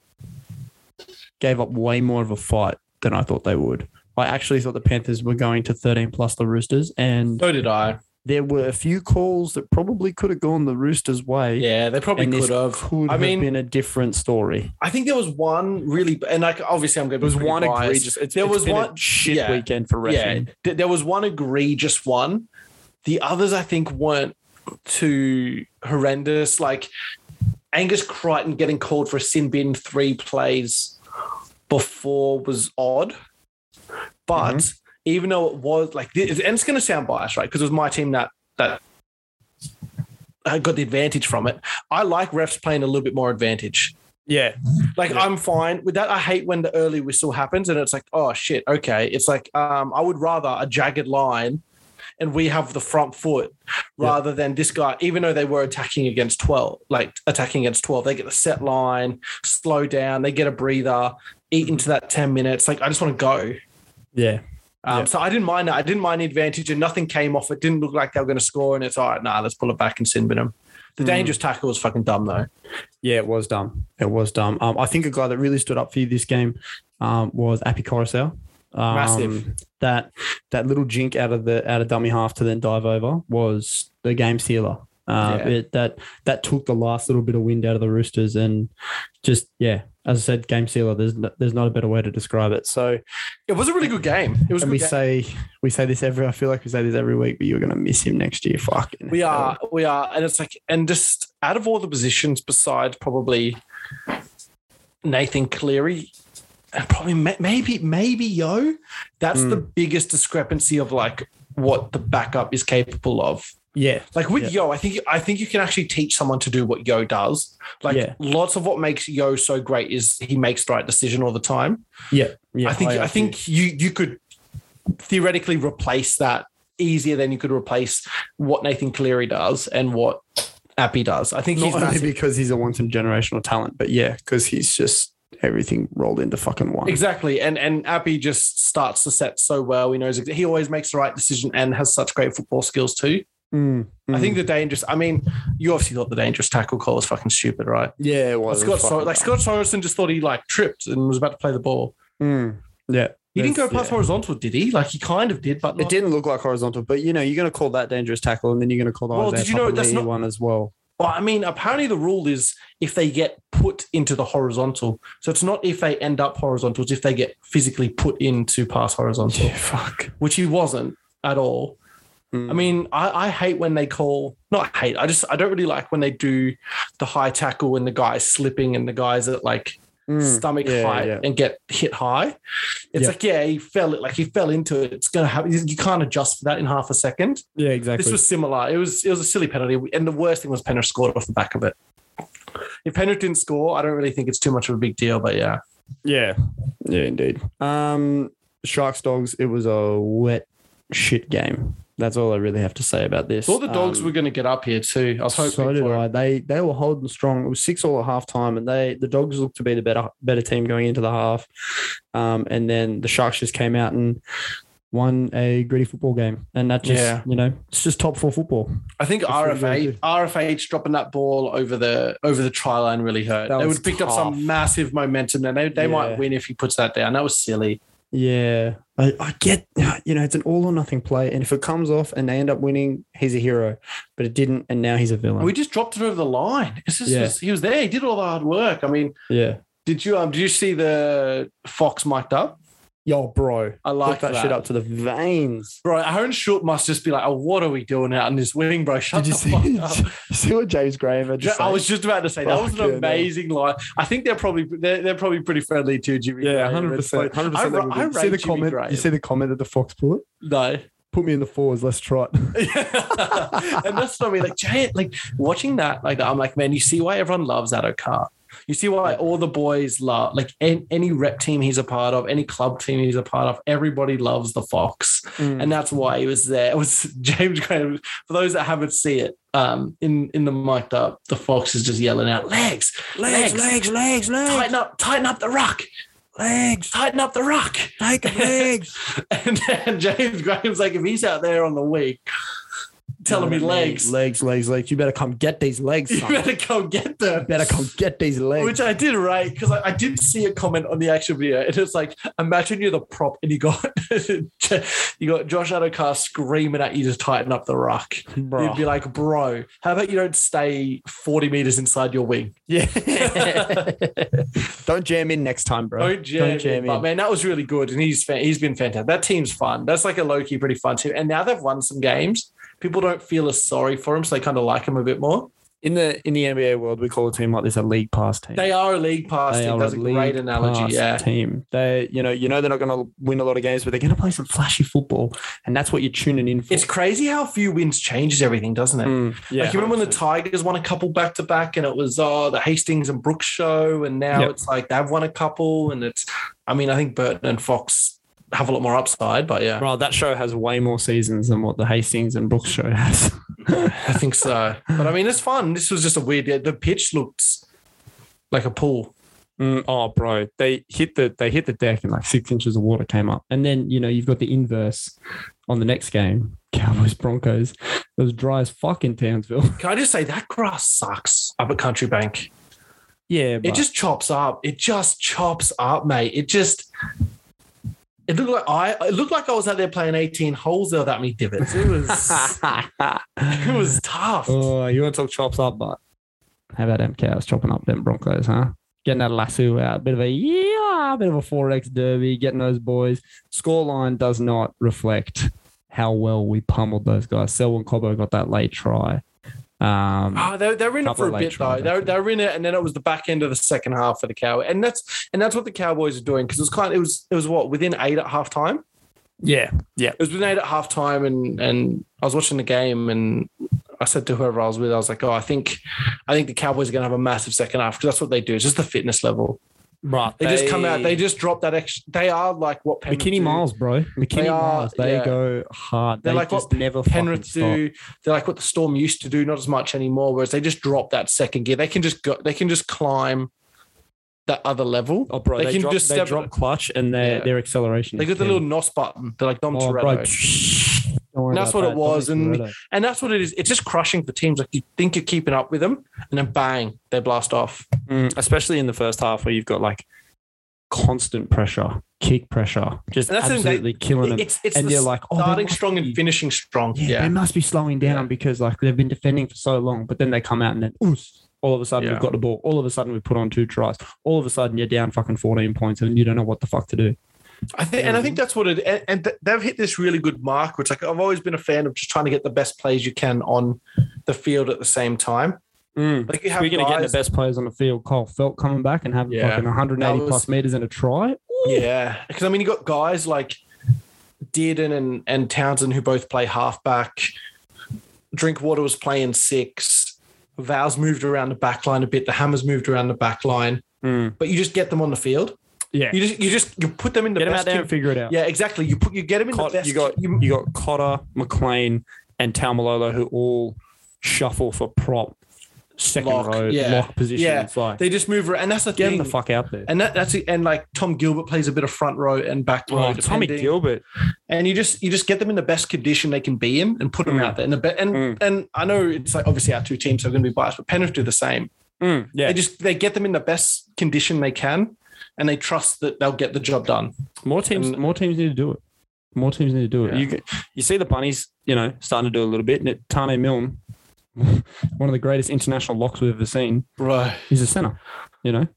gave up way more of a fight than I thought they would. I actually thought the Panthers were going to 13 plus the Roosters, and So did I. there were a few calls that probably could have gone the Roosters' way. Yeah, they probably and this could have. could I have mean- been a different story. I think there was one really, and like obviously I'm going to be pretty biased. there was one shit yeah. weekend for Yeah, refereeing. th- there was one egregious one. The others I think weren't too horrendous. Like Angus Crichton getting called for a sin bin three plays before was odd, but even though it was like, th- and it's going to sound biased, right? Because it was my team that that. I got the advantage from it. I like refs playing a little bit more advantage. Yeah, Like Yeah. I'm fine with that. I hate when the early whistle happens and it's like, oh shit, okay. It's like um, I would rather a jagged line and we have the front foot rather than this guy, even though they were attacking against 12, like attacking against 12, they get the set line, slow down, they get a breather, eat Mm-hmm. into that 10 minutes. Like, I just want to go. Yeah. Um, Yeah. So I didn't mind that. I didn't mind the advantage, and nothing came off. It didn't look like they were going to score, and it's all right. Nah, let's pull it back and sin bin 'em. The Mm. dangerous tackle was fucking dumb though. Yeah, it was dumb. It was dumb. Um, I think a guy that really stood up for you this game um, was Appy Coruscant. Um, Massive. That that little jink out of the out of dummy half to then dive over was the game sealer. Uh, Yeah. it, that that took the last little bit of wind out of the Roosters and just yeah, as I said, game sealer. There's no, there's not a better way to describe it. So It was a really good game. It was. A and good we game. say we say this every. I feel like we say this every week, but you're gonna miss him next year. Fucking we hell. are, we are, and it's like, and just out of all the positions, besides probably Nathan Cleary, and probably ma- maybe maybe Yo, that's the Hmm. biggest discrepancy of like what the backup is capable of. Yeah, Like with Yeah. Yo, I think I think you can actually teach someone to do what Yo does. Like Yeah. lots of what makes Yo so great is he makes the right decision all the time. yeah, yeah. I think I, agree. think you you could theoretically replace that easier than you could replace what Nathan Cleary does and what Appy does. I think not he's only massive. because he's a once in generational talent, but yeah, because he's just everything rolled into fucking one. Exactly, and and Appy just starts the set so well. He knows he always makes the right decision and has such great football skills too. Mm, I mm. think the dangerous. I mean, you obviously thought the dangerous tackle call was fucking stupid, right? yeah, it was, it Scott was Sor- fucking like dumb. Scott Sorensen just thought he like tripped and was about to play the ball. Mm, yeah, He didn't go That's- past yeah. horizontal, did he? Like he kind of did, but It not- didn't look like horizontal, but you know you're going to call that dangerous tackle, and then you're going to call the Well, Isaiah did you know that's Papali'i not- one as well. Well, I mean, apparently the rule is if they get put into the horizontal. So it's not if they end up horizontal; it's if they get physically put into past horizontal, fuck. which he wasn't at all. Mm. I mean, I, I hate when they call. Not hate. I just I don't really like when they do the high tackle and the guy's slipping and the guys at like Mm, stomach yeah, height yeah. and get hit high. It's Yeah. like, yeah, he fell it, like he fell into it. It's gonna happen. You can't adjust for that in half a second. yeah, exactly. This was similar. It was it was a silly penalty, and the worst thing was Penrith scored off the back of it. If Penrith didn't score, I don't really think it's too much of a big deal. But yeah, yeah, yeah, indeed. Um, Sharks dogs. It was a wet shit game. That's all I really have to say about this. all the dogs Um, were going to get up here too. I was hoping So did for I. it. They they were holding strong. It was six all at half time, and they the dogs looked to be the better better team going into the half. Um, and then the Sharks just came out and won a gritty football game, and that just Yeah. you know it's just top four football. I think what it was gonna RFA do. RFH dropping that ball over the over the try line really hurt. That they would was have picked up tough. some massive momentum, and they, they Yeah. might win if he puts that down. That was silly. Yeah, I, I get you know it's an all or nothing play, and if it comes off and they end up winning, he's a hero, but it didn't, and now he's a villain. We just dropped it over the line. It's just, Yeah. he was there. He did all the hard work. I mean, yeah, did you um did you see the Fox mic'd up? yo, bro, I look like that, that shit up to the veins. Bro, Aaron Short must just be like, oh, what are we doing out in this wing, bro? Shut Did you the see? fuck up. you see what James Graham had? to I say? was just about to say that was Fuck yeah, an amazing line. I think they're probably they're, they're probably pretty friendly too, Jimmy. Yeah, Graham. hundred It's percent, like- hundred I, percent. ra- I You see the rate Jimmy comment. Graham. You see the comment at the Fox bullet. no, Put me in the fours. Let's try it. and that's what I mean. Like giant, like watching that, like that, I'm like, man, you see why everyone loves Addo Carr. You see why all the boys love, like an- any rep team he's a part of, any club team he's a part of, everybody loves the Fox. Mm. and that's why he was there. It was James Graham. For those that haven't seen it, um, in in the mic'd up, the fox is just yelling out, "Legs, legs, legs, legs, legs, legs, tighten up, tighten up the rock, legs. tighten up the rock." Take legs. And, and James Graham's like, if he's out there on the week, telling me legs, legs, legs, legs. You better come get these legs. you Son. You better go get them. better come get these legs. Which I did right because I, I did see a comment on the actual video, and it's like, imagine you're the prop, and you got you got Josh Adokar screaming at you to tighten up the rock. You'd be like, bro, how about you don't stay 40 meters inside your wing? yeah. Don't jam in next time, bro. Don't jam, Don't jam in. But in. man, that was really good. And he's fan- he's been fantastic. That team's fun. That's like a low key, pretty fun team. And now they've won some games. People don't feel as sorry for him, so they kind of like him a bit more. In the in the NBA world, we call a team like this a league pass team. They are a league pass They team. are That's a league great pass analogy. Yeah. team. They, you know, you know, they're not going to win a lot of games, but they're going to play some flashy football, and that's what you're tuning in for. It's crazy how a few wins changes everything, doesn't it? Mm, yeah, like you remember when the Tigers won a couple back to back, and it was uh, the Hastings and Brooks show, and now Yep. it's like they've won a couple, and it's. I mean, I think Burton and Fox have a lot more upside, but yeah, Bro, that show has way more seasons than what the Hastings and Brooks show has. I think so. But I mean, it's fun. This was just a weird. yeah, The pitch looked like a pool. Mm, oh, bro, they hit the they hit the deck and like six inches of water came up, and then you know you've got the inverse on the next game, Cowboys Broncos. It was dry as fuck in Townsville. Can I just say that grass sucks up at Country Bank? yeah, It just chops up. It just chops up, mate. It just. It looked like I. It looked like I was out there playing eighteen holes there without me divots. It was. it was tough. Oh, you want to talk chops up, but how about them cows chopping up them Broncos, huh? Getting that lasso out, bit of a yeah, bit of a four X derby, getting those boys. Scoreline does not reflect how well we pummeled those guys. Selwyn Cobbo got that late try. Um, Oh, they, they were in it Couple for of a late bit though. tries, They were, actually. they were in it, and then it was the back end of the second half for the cow, and that's and that's what the Cowboys are doing because it was kind. It was it was what within eight at halftime. yeah, It was within eight at halftime, and and I was watching the game, and I said to whoever I was with, I was like, oh, I think, I think the Cowboys are going to have a massive second half because that's what they do. It's just the fitness level. right. They, just come out. They just drop that extra. They are like what Penrith McKinney do. Miles, bro. McKinney They are- Miles. They yeah. go hard. They They're like just what never Penrith fucking do. They're like what the Storm used to do, not as much anymore. Whereas they just drop that second gear. They can just go. They can just climb that other level. Stop. Oh, bro, they, They can drop, just they step- drop clutch and their Yeah. their acceleration. They is got the key. little nos button. They're like Dom Oh, bro, Toretto, don't worry That's about what it that. was, Don't and- Toretto. and that's what it is. It's just crushing for teams. Like you think you're keeping up with them, and then bang, they blast off. Mm, especially in the first half where you've got like constant pressure, kick pressure, just And that's the thing, they- absolutely killing them. It's it's and the you're like, oh, they starting must strong be- and finishing strong. yeah, they Yeah, must be slowing down Yeah. because like they've been defending for so long, but then they come out and then oos, all of a sudden Yeah. we've got the ball. All of a sudden we've put on two tries. All of a sudden you're down fucking 14 points and you don't know what the fuck to do. I think, and I think that's what it. And, and th- they've hit this really good mark, which like I've always been a fan of, just trying to get the best plays you can on the field at the same time. Like you have We're going to get guys- the best players on the field. Cole Felt coming back and having Yeah. fucking 180 That plus was- meters and a try. Yeah, because I mean, you got guys like Dearden and and Townsend who both play halfback. Drinkwater was playing six. Vows moved around the back line a bit. The Hammers moved around the back line, but you just get them on the field. Hmm. Yeah. You just you just you put them in the get them best. out there and kid- figure it out. yeah, exactly. You put you get them in Cot- the best. you got you, got Cotter, McLean, and Talmalolo who all shuffle for prop second Lock, row yeah. lock positions. Yeah. Like They just move around, and that's the get thing. them the fuck out there. and that, that's it. and like Tom Gilbert plays a bit of front row and back row. Oh, Tommy depending. Gilbert. and you just you just get them in the best condition they can be in and put them Mm. out there. And the be- and Mm. and I know it's like obviously our two teams are going to be biased, but Penrith do the same. Mm, yeah. They just they get them in the best condition they can, and they trust that they'll get the job done. More teams and- more teams need to do it. More teams need to do it. Yeah. You get- you see the bunnies, you know, starting to do a little bit. And Tane Milne, one of the greatest international locks we've ever seen, Bro, he's a center, you know.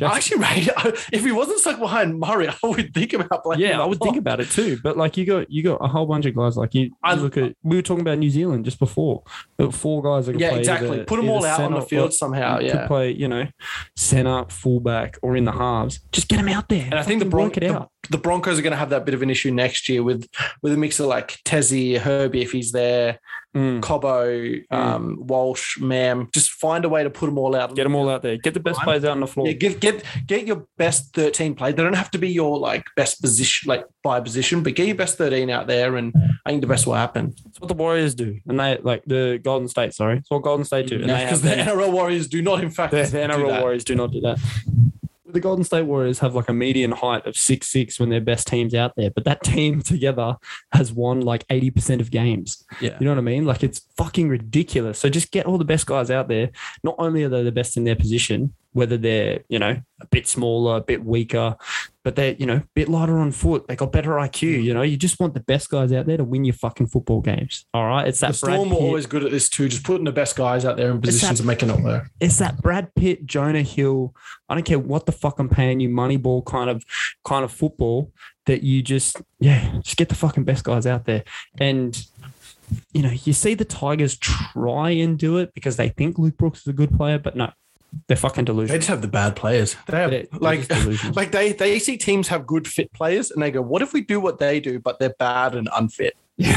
I Jackson- actually, mate, I- if he wasn't stuck behind Murray, I would think about playing. yeah, him Oh, I a would think lot. about it too. But like you got you got a whole bunch of guys. Like you, you I- look at we were talking about New Zealand just before. There were four guys that could Yeah, play exactly. either- Put them either all out on centre the or- field somehow. could Yeah, play you know centre, fullback, or in the halves. Just get them out there. and I think the, Bron- Bron- work it the, out. the Broncos are going to have that bit of an issue next year with with a mix of like Tezzy, Herbie if he's there. Mm. Cobbo, um, Walsh, Mam. Just find a way to put them all out. Get them all out there. Get the best Fine. players out on the floor. Yeah, get get get your best thirteen played. They don't have to be your like best position, like by position, but get your best thirteen out there, and I think the best will happen. That's what the Warriors do, and they like the Golden State. Sorry, it's what Golden State do, and they Because have the the, NRL Warriors do not, in fact, the, the do NRL that. Warriors do not do that. The Golden State Warriors have like a median height of six six when their best team's out there, but that team together has won like eighty percent of games. Yeah. You know what I mean? Like it's fucking ridiculous. So just get all the best guys out there. Not only are they the best in their position, whether they're, you know, a bit smaller, a bit weaker, but they're, you know, a bit lighter on foot. They got better Mm. IQ. You know, you just want the best guys out there to win your fucking football games. All right. It's that The Brad Storm were Pitt- always good at this too, just putting the best guys out there in positions and making it work. it's that Brad Pitt, Jonah Hill. I don't care what the fuck I'm paying you, Moneyball kind of kind of football that you just yeah, just get the fucking best guys out there. And you know, you see the Tigers try and do it because they think Luke Brooks is a good player, but no, they're fucking They delusional. just have the bad players. They have They're- they're like. just delusional. Like they, they see teams have good fit players and they go, what if we do what they do, but they're bad and unfit? and,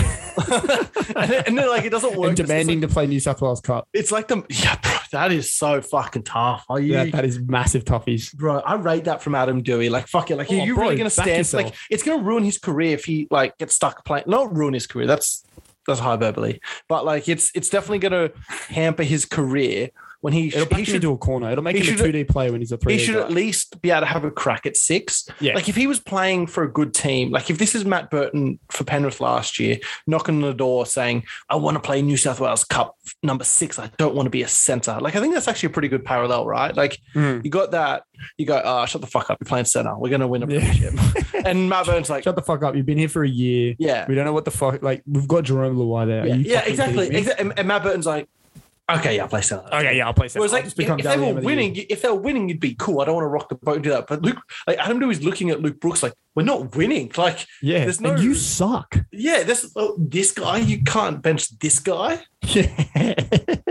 then- and then like it doesn't work. and It's just demanding like- to play New South Wales Cup. It's like, the yeah, bro, that is so fucking tough. Are you? Yeah, that is massive toughies. Bro, I rate that from Adam Dewey. Like, fuck it. Like, Oh, are you bro, really gonna back stand? yourself. Like, it's gonna ruin his career if he like gets stuck playing. Not ruin his career. That's that's hyperbole. But like, it's it's definitely gonna hamper his career when he, It'll should back he him should into a corner. It'll make he him a should- two D player when he's a three. he should at least be able to have a crack at six. Yeah. Like if he was playing for a good team, like if this is Matt Burton for Penrith last year, knocking on the door saying, I want to play New South Wales Cup number six. I don't want to be a centre. Like I think that's actually a pretty good parallel, right? Like Mm. you got that, you go, oh, shut the fuck up. You're playing centre. We're going to win a Yeah. And Matt Burton's like, Shut the fuck up. You've been here for a year. yeah. We don't know what the fuck. Like we've got Jerome Luai there. Are Yeah, you yeah, fucking exactly. kidding me? Exa- And, and Matt Burton's like, okay, yeah, I'll play centre. Okay, yeah, I'll play. Whereas, centre. I'll like, just if, become if they WM were of the winning, year. you- if they were winning, you'd be cool. I don't want to rock the boat and do that. But Luke, like Adam Dewey's looking at Luke Brooks like, we're not winning. Like, yeah, there's and no- you suck. yeah, this oh, this guy, you can't bench this guy.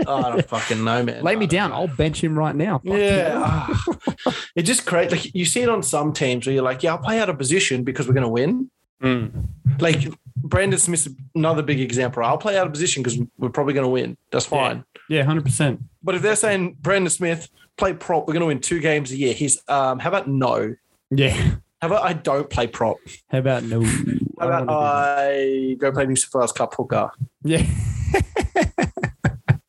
Oh, I don't fucking know, man. Lay I me don't down. know. I'll bench him right now. Fuck Yeah. Ah. it just creates like you see it on some teams where you're like, yeah, I'll play out of position because we're gonna win. Mm. Like Brandon Smith's another big example. I'll play out of position because we're probably gonna win. That's Yeah. fine. Yeah, hundred percent. But if they're saying Brandon Smith, play prop, we're gonna win two games a year. He's um how about no? Yeah. How about I don't play prop? How about no? I How don't about uh, wanna I go play New South Wales Cup hooker? do that. yeah.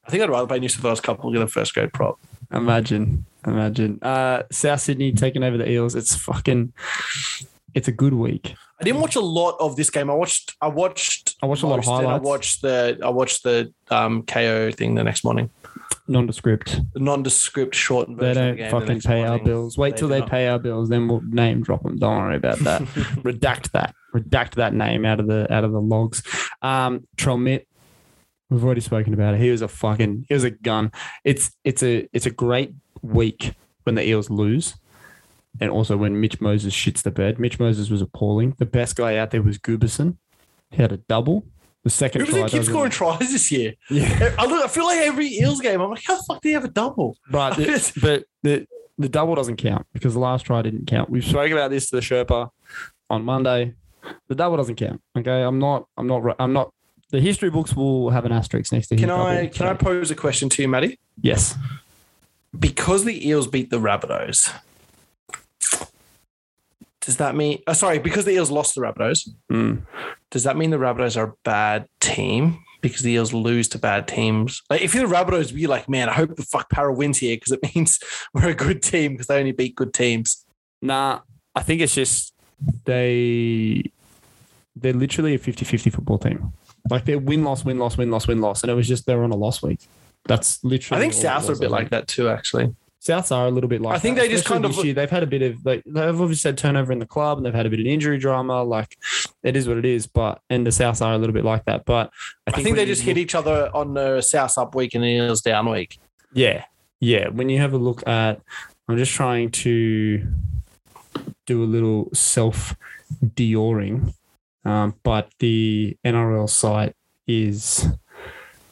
I think I'd rather play New South Wales Cup hooker than first grade prop. Imagine, imagine. Uh, South Sydney taking over the Eels. It's fucking. It's a good week. I didn't watch a lot of this game. I watched. I watched. I watched a lot of most, and highlights. I watched the. I watched the um, KO thing the next morning. Nondescript. The nondescript shortened They version. of the don't game the fucking next pay our morning. bills. Wait They till do they not. pay our bills, then we'll name drop them. Don't worry about that. Redact that. Redact that name out of the out of the logs. Um, Tromit. We've already spoken about it. He was a fucking. He was a gun. It's it's a it's a great week when the Eels lose, and also when Mitch Moses shits the bed. Mitch Moses was appalling. The best guy out there was Guberson. He had a double. The second Who try does it keep doesn't- scoring tries this year? Yeah. I look. I feel like every Eels game. I'm like, how the fuck do they have a double? But the, but the the double doesn't count because the last try didn't count. We've spoken about this to the Sherpa on Monday. The double doesn't count. Okay, I'm not. I'm not. ri- I'm not. The history books will have an asterisk next to. his Can I? double, Can so- I pose a question to you, Maddie? Yes. Because the Eels beat the Rabbitohs. Does that mean? Oh, sorry, because the Eels lost the Rabbitohs. Mm. does that mean the Rabbitohs are a bad team because the Eels lose to bad teams? Like, if you're the Rabbitohs, you're like, man, I hope the fuck Para wins here because it means we're a good team because they only beat good teams. Nah, I think it's just they. They're literally a 50-50 football team. Like they're win loss win loss win loss win loss, and it was just they're on a loss week. That's I literally. think all it Souths was, are a I bit think. like that too, actually. Souths are a little bit like. I think that, they just especially kind this of- year. They've had a bit of like they've obviously had turnover in the club and they've had a bit of injury drama. Like it is what it is. But and the Souths are a little bit like that. But I I think, think, when they you just hit look- each other on the South up week and the Eels down week. Yeah, yeah. When you have a look at, I'm just trying to do a little self deoring, um, but the NRL site is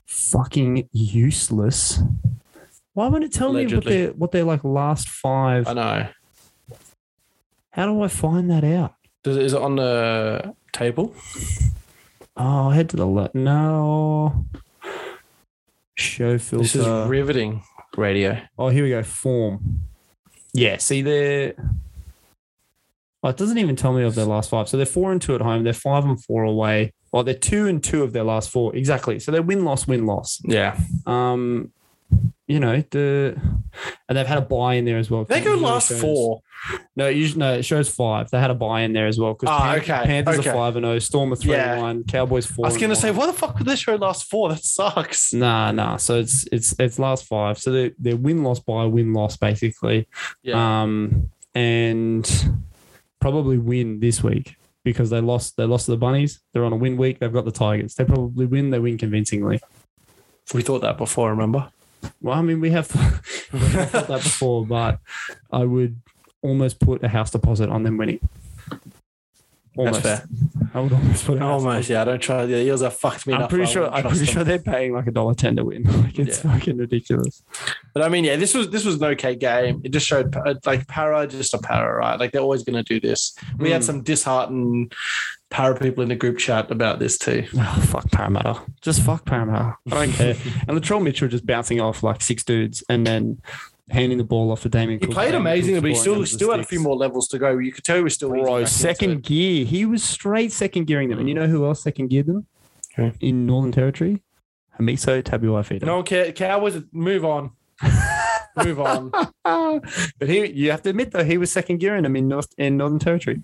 fucking useless. Why won't it tell Allegedly. me what their what their like last five? I know. How do I find that out? Does, is it on the table? Oh, head to the left. No. Show filter. This is uh, riveting radio. oh, here we go. Form. Yeah, see there. Oh, it doesn't even tell me of their last five. So they're four and two at home. They're five and four away. Well, they're two and two of their last four. Exactly. So they're win loss win loss. Yeah. Um, you know the, and they've had a buy in there as well. They go Usually last shows- four. No, usually no. It shows five. They had a buy in there as well because Ah, okay, Panthers okay. are five and zero. Storm are three Yeah. and one. Cowboys four. I was and going to one. say, why the fuck would they show last four? That sucks. Nah, nah. So it's it's it's last five. So they're, they're win loss by win loss basically. Um, and probably win this week because they lost they lost to the bunnies. They're on a win week. They've got the Tigers. They probably win. They win convincingly. we thought that before, remember? Well, I mean we have we have thought that before, but I would almost put a house deposit on them winning. Almost. fair. I would almost put it Almost, yeah. I don't try. The Eels are fucked me I'm up. pretty I sure. wouldn't I'm trust pretty them. sure they're paying like a dollar ten to win. Like it's fucking ridiculous. But I mean, yeah, this was this was an okay game. It just showed uh, like para, just a para, right? Like they're always going to do this. We had some disheartened para people in the group chat about this too. Oh, fuck Parramatta. Just fuck Parramatta. I don't care. and Latrell Mitchell just bouncing off like six dudes and then handing the ball off to Damien. He Cook, played Damien amazingly, Cook but he scoring still under the still had a sticks. few more levels to go. You could tell he was still easing back Bro, into second it. gear. He was straight second gearing them. And you know who else second geared them? Who? In Northern Territory? Hamiso Tabuaifita. No, Cow- Cowboys, move on, move on. Ah, but he, you have to admit though, he was second gearing them in North in Northern Territory.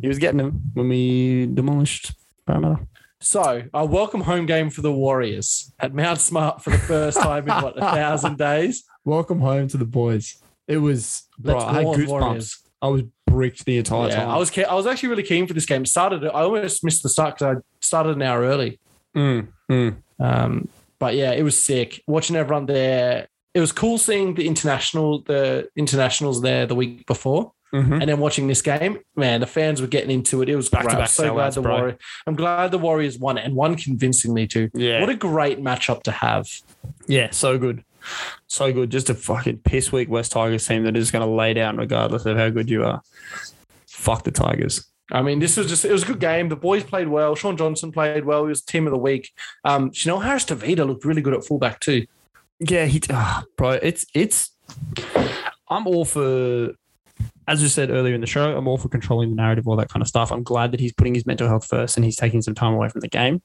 He was getting them when we demolished Parramatta. So, a welcome home game for the Warriors at Mount Smart for the first time in what a thousand days. Welcome home to the boys. It was bro. Let's I had go on, goosebumps. Warriors. I was bricked the entire Yeah, time. I was ke- I was actually really keen for this game. Started I almost missed the start because I started an hour early. Mm, mm. Um, but yeah, it was sick watching everyone there. It was cool seeing the international the internationals there the week before, Mhm. and then watching this game. Man, the fans were getting into it. It was great. to I'm back so glad sellouts, the bro. Warriors. I'm glad the Warriors won and won convincingly too. Yeah. What a great matchup to have. Yeah, so good. So good. Just a fucking piss weak West Tigers team that is going to lay down regardless of how good you are. Fuck the Tigers. I mean, this was just it was a good game. The boys played well. Sean Johnson played well. He was team of the week. Um, Chanel Harris Tavita looked really good at fullback too. Yeah, he, ah, bro, it's, it's, I'm all for, as we said earlier in the show, I'm all for controlling the narrative, all that kind of stuff. I'm glad that he's putting his mental health first and he's taking some time away from the game.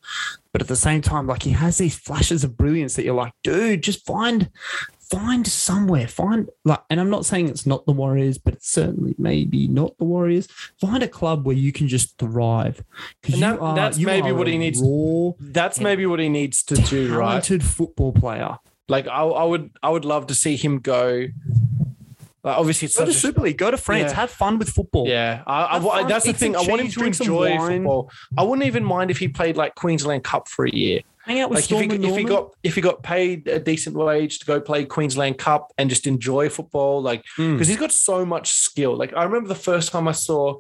But at the same time, like he has these flashes of brilliance that you're like, dude, just find, find somewhere, find like, and I'm not saying it's not the Warriors, but it's certainly maybe not the Warriors. Find a club where you can just thrive. 'Cause And you that- are- that's you maybe are what a he needs- Raw, That's Yeah. maybe what he needs to do, right? talented football player. Like I, I would, I would love to see him go. Like obviously, it's Go such to a, Super League. Go to France. Yeah. Have fun with football. yeah. I, I, Have wa- fun, that's the eat some thing. I want him cheese, to drink some enjoy wine. football. I wouldn't even mind if he played like Queensland Cup for a year. Hang out with Like if Storm he, and if he Norman. got if he got paid a decent wage to go play Queensland Cup and just enjoy football, like Mm. because he's got so much skill. Like I remember the first time I saw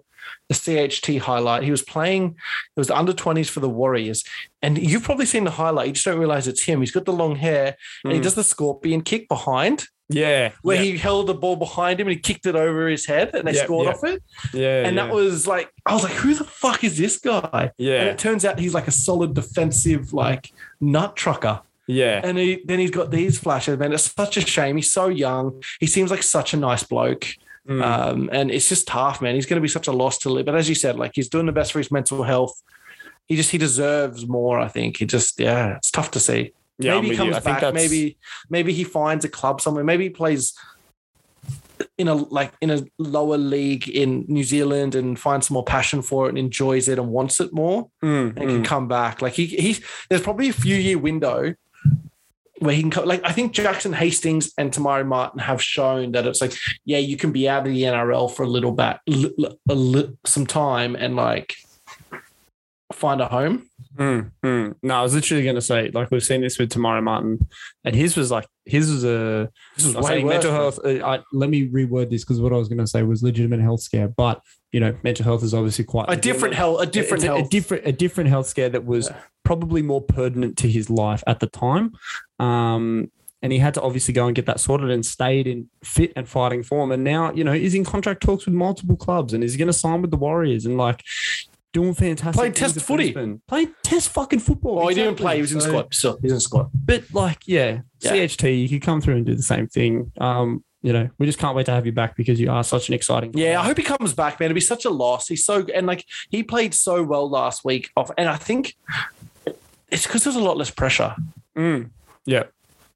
the CHT highlight, he was playing. It was the under twenties for the Warriors, and you've probably seen the highlight. You just don't realize it's him. He's got the long hair, and he Mm. does the scorpion kick behind, yeah, where he held the ball behind him and he kicked it over his head, and they Yeah, scored yeah. off it. yeah, and that was like, I was like, who the fuck is this guy? And yeah, it turns out he's like a solid defensive, like nut trucker. yeah, And he, then he's got these flashes, man. It's such a shame. He's so young. He seems like such a nice bloke. Hmm. Mm. Um, and it's just tough, man. He's going to be such a loss to live. But as you said, like he's doing the best for his mental health. He just he deserves more. I think he just yeah, it's tough to see. yeah. maybe he comes back. Maybe maybe he finds a club somewhere. Maybe he plays in a like in a lower league in New Zealand and finds some more passion for it and enjoys it and wants it more Mm, and can mm. come back. Like he he's there's probably a few year window where he can come. Like I think Jackson Hastings and Tamari Martin have shown that it's like yeah you can be out of the NRL for a little bit, li- li- a li- some time and like find a home. Mm, mm. No, I was literally going to say like we've seen this with Tamara Martin, and his was like his was a This is I was saying mental health. uh, I, let me reword this because what I was going to say was legitimate health scare, but you know, mental health is obviously quite A different health, a different a, health. a different a different health scare that was probably more pertinent to his life at the time. Um, and he had to obviously go and get that sorted and stayed in fit and fighting form. And now, you know, he's in contract talks with multiple clubs and he's going to sign with the Warriors and like doing fantastic. Played things test at footy. Brisbane. Played test fucking football. Oh, he didn't Exactly. play. He was in the So- squad. So he's in the squad. but like, yeah, Yeah. CHT, you could come through and do the same thing. Um, you know, we just can't wait to have you back because you are such an exciting. Yeah, I player. hope he comes back, man. It'd be such a loss. He's so and like he played so well last week off, and I think it's because there's a lot less pressure. Mm. Yeah.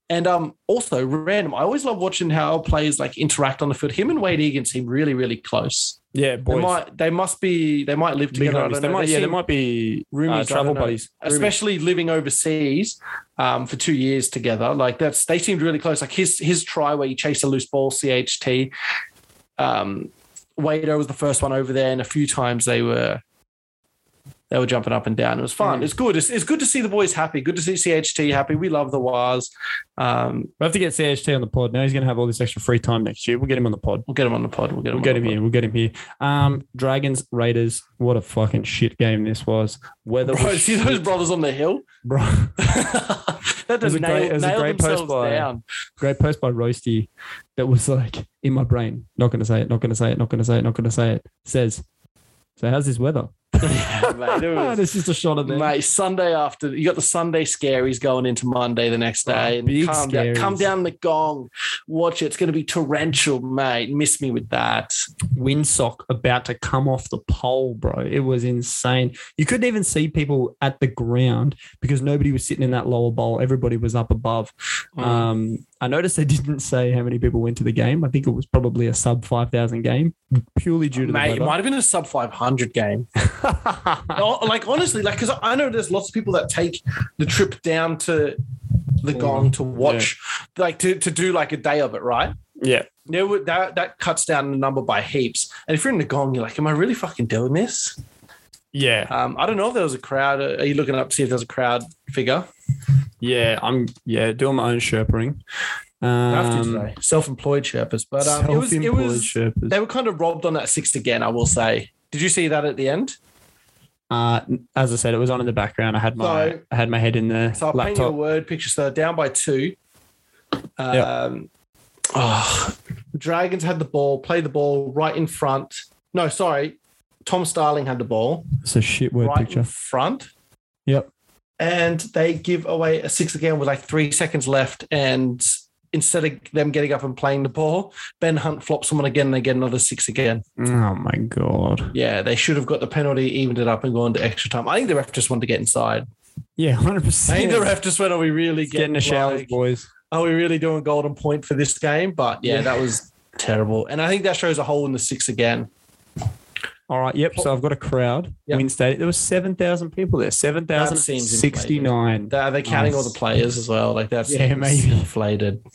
And um, also random. I always love watching how players like interact on the field. Him and Wade Egan seem really, really close. Yeah, They boys. might, they must be, they might live Big together. I homies. don't They know. might, yeah, they seem- might be roomies, I uh, don't travel know. buddies. Roomies. especially living overseas um, for two years together. Like that's they seemed really close. Like his his try where he chased a loose ball, CHT. Um, Wader was the first one over there, and a few times they were They were jumping up and down. It was fun. Mm. It's good. It's, it's good to see the boys happy. Good to see CHT happy. We love the Waz. Um, We have to get CHT on the pod. Now he's going to have all this extra free time next year. We'll get him on the pod. we'll get him on the pod. We'll get him. We'll get on the him pod. here. We'll get him here. Um, Dragons, Raiders. What a fucking shit game this was. Weather. Bro, was see those shit. brothers on the hill? Bro, that was doesn't a great- nail, it was a nail great post themselves by- down. great post by Roasty that was like in my brain. Not going to say it. Not going to say it. Not going to say it. Not going to say it. Says. So how's this weather? Yeah, mate, it was- this is a shot of them. Mate, Sunday after you got the Sunday scaries going into Monday the next day. and big calm, down, calm scaries. down the gong. Watch it. It's going to be torrential, mate. Miss me with that. windsock about to come off the pole, bro. It was insane. You couldn't even see people at the ground because nobody was sitting in that lower bowl. Everybody was up above. Mm. Um, I noticed they didn't say how many people went to the game. I think it was probably a sub 5,000 game purely due to Mate, it the might have been a sub 500 game. weather. Oh, like, honestly, like, because I know there's lots of people that take the trip down to the Mm. gong to watch, like, to, to do like a day of it, right? yeah. There were, that, that cuts down the number by heaps. And if you're in the gong, you're like, am I really fucking doing this? Yeah. Um, I don't know if there was a crowd. Are you looking up to see if there's a crowd figure? Yeah. I'm, yeah, doing my own Sherpering. have Um, to today. Self-employed Sherpas, but um, it was it self-employed was Sherpas. they were kind of robbed on that six again. I will say. Did you see that at the end? Uh, as I said, it was on in the background. I had my So- I had my head in the So I'll paint you a laptop. word picture. So they're down by two. Um, oh, Dragons had the ball, played the ball right in front. No, sorry, Tom Starling had the ball It's a shit word right in picture. front. Yep. and they give away a six again with like three seconds left. And instead of them getting up and playing the ball, Ben Hunt flops someone again and they get another six again. Oh my god. Yeah, they should have got the penalty, evened it up, and gone to extra time. I think the ref just wanted to get inside. Yeah, hundred I think percent. the ref just went, "Are we really getting, Getting a shower, like, boys. Are we really doing golden point for this game?" But yeah, Yeah. that was terrible, and I think that shows a hole in the six again. All right. Yep. So I've got a crowd. Yep. Win Stadium. There was seven thousand people there. Seven thousand sixty-nine. Are they counting all Nice. the players as well? Like that's Yeah, maybe. inflated.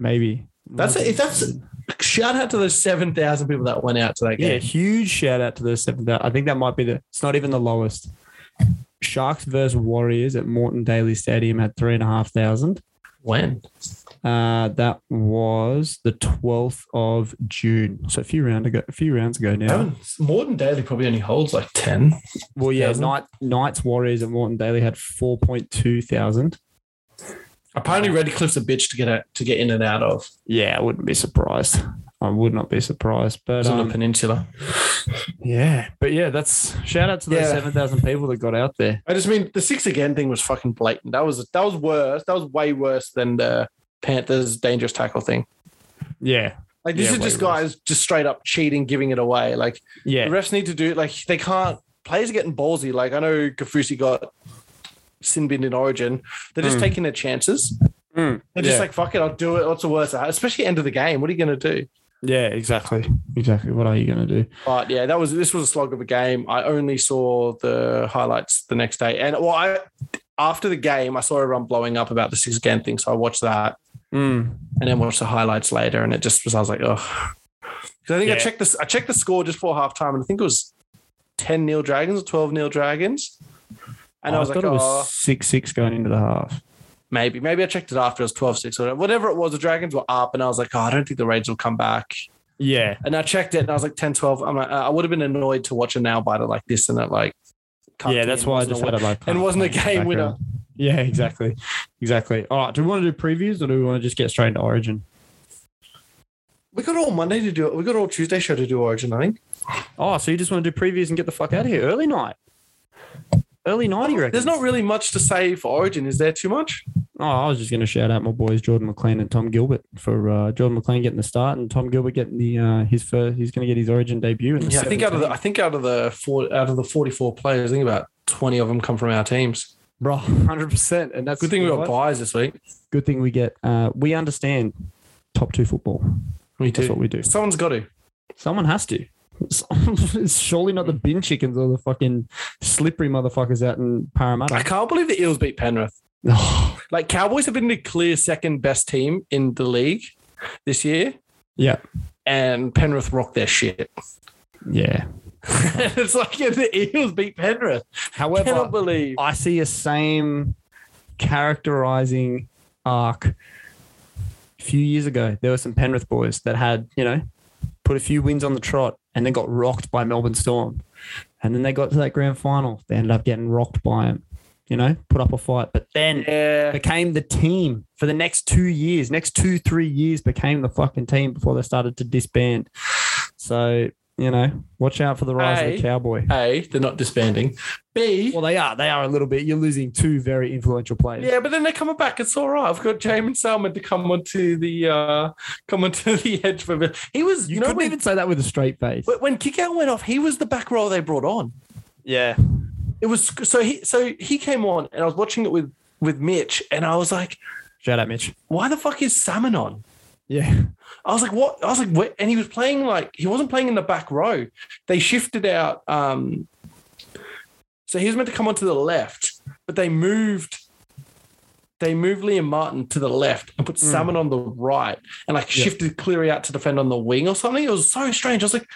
Maybe. That's it. That's shout out to those seven thousand people that went out to that yeah. game. Huge shout out to those seven thousand. I think that might be the. It's not even the lowest. Sharks versus Warriors at Morton Daly Stadium had three and a half thousand. When? Uh, that was the twelfth of June. So a few round ago, a few rounds ago now. That one- Morton Daily probably only holds like ten. Well, yeah, Thousand? Knight, Knights, Warriors, and Morton Daly had four point two thousand. Apparently, Redcliffe's a bitch to get out, to get in and out of. Yeah, I wouldn't be surprised. I would not be surprised. But It's on um, the peninsula. yeah, but yeah, that's shout out to those Yeah. seven thousand people that got out there. I just mean the six again thing was fucking blatant. That was that was worse. That was way worse than the Panthers dangerous tackle thing. Yeah, Like this Yeah, is way just worse. guys just straight up cheating, giving it away. Like the yeah, refs need to do like they can't. Players are getting ballsy. Like I know Gafusi got sin binned in Origin. They're just Mm. taking their chances. Mm, They're just yeah. like fuck it, I'll do it. What's the worst? Especially end of the game. What are you gonna do? yeah, exactly, exactly. What are you gonna do? But yeah, that was this was a slog of a game. I only saw the highlights the next day, and well, I after the game I saw everyone blowing up about the six again thing, so I watched that Mm. and then watched the highlights later, and it just was I was like, oh, because I think I Yeah. checked this, I checked the score just before halftime, and I think it was ten nil Dragons or twelve nil Dragons, and I, was thought like, it was oh, six six going into the half. maybe maybe I checked it after it was 12-6 or whatever it was. The Dragons were up, and I was like, oh, I don't think the Raids will come back. Yeah, And I checked it and I was like 10, 12. I'm like, uh, I would have been annoyed to watch a nail biter like this and it like. cut yeah, me that's and why I wasn't just a had win. it like and wasn't a playing in the game winner. background. Yeah, exactly, exactly. All right, do we want to do previews or do we want to just get straight into Origin? We got all Monday to do it. We got all Tuesday show to do Origin, I think. Oh, so you just want to do previews and get the fuck out of here early night? Early night, you reckon? There's not really much to say for Origin. Is there too much? Oh, I was just going to shout out my boys Jordan McLean and Tom Gilbert for uh, Jordan McLean getting the start and Tom Gilbert getting the uh, his first. He's going to get his Origin debut. In the Yeah, I think out of the I think out of the four out of the 44 players, I think about 20 of them come from our teams. bro, hundred percent, and that's Good thing we got Good, buys this week. thing we get. Uh, we understand top two football. We That's what do. we do. Someone's got to. Someone has to. It's surely not the bin chickens or the fucking slippery motherfuckers out in I Parramatta. can't believe the Eels beat Penrith. Like Cowboys have been the clear second best team in the league this year, yeah, and Penrith rocked their shit. yeah. it's like yeah, the Eagles beat Penrith. I However, cannot believe. I see a same characterizing arc. A few years ago, there were some Penrith boys that had, you know, put a few wins on the trot and then got rocked by Melbourne Storm. And then they got to that grand final. They ended up getting rocked by them, you know, put up a fight. But then Yeah. became the team for the next two years, next two, three years became the fucking team before they started to disband. So, you know, watch out for the rise of Hey. the cowboy. A, they're not disbanding. B, Well, they are. They are a little bit. You're losing two very influential players. yeah, but then they're coming back. It's all right. I've got Jamin Salmon to come onto the uh, come onto the edge for a bit. He was, You, you, know, couldn't when, even say that with a straight face. when- when kick out went off, he was the back row they brought on. yeah. It was so he so he came on, and I was watching it with with Mitch, and I was like, Shout out, Mitch. why the fuck is Salmon on? Yeah. I was like, what? I was like, what? and he was playing like he wasn't playing in the back row. They shifted out. Um, so he was meant to come onto the left, but they moved. They moved Liam Martin to the left and put Salmon on the right, and like Yeah. shifted Cleary out to defend on the wing or something. It was so strange. I was like,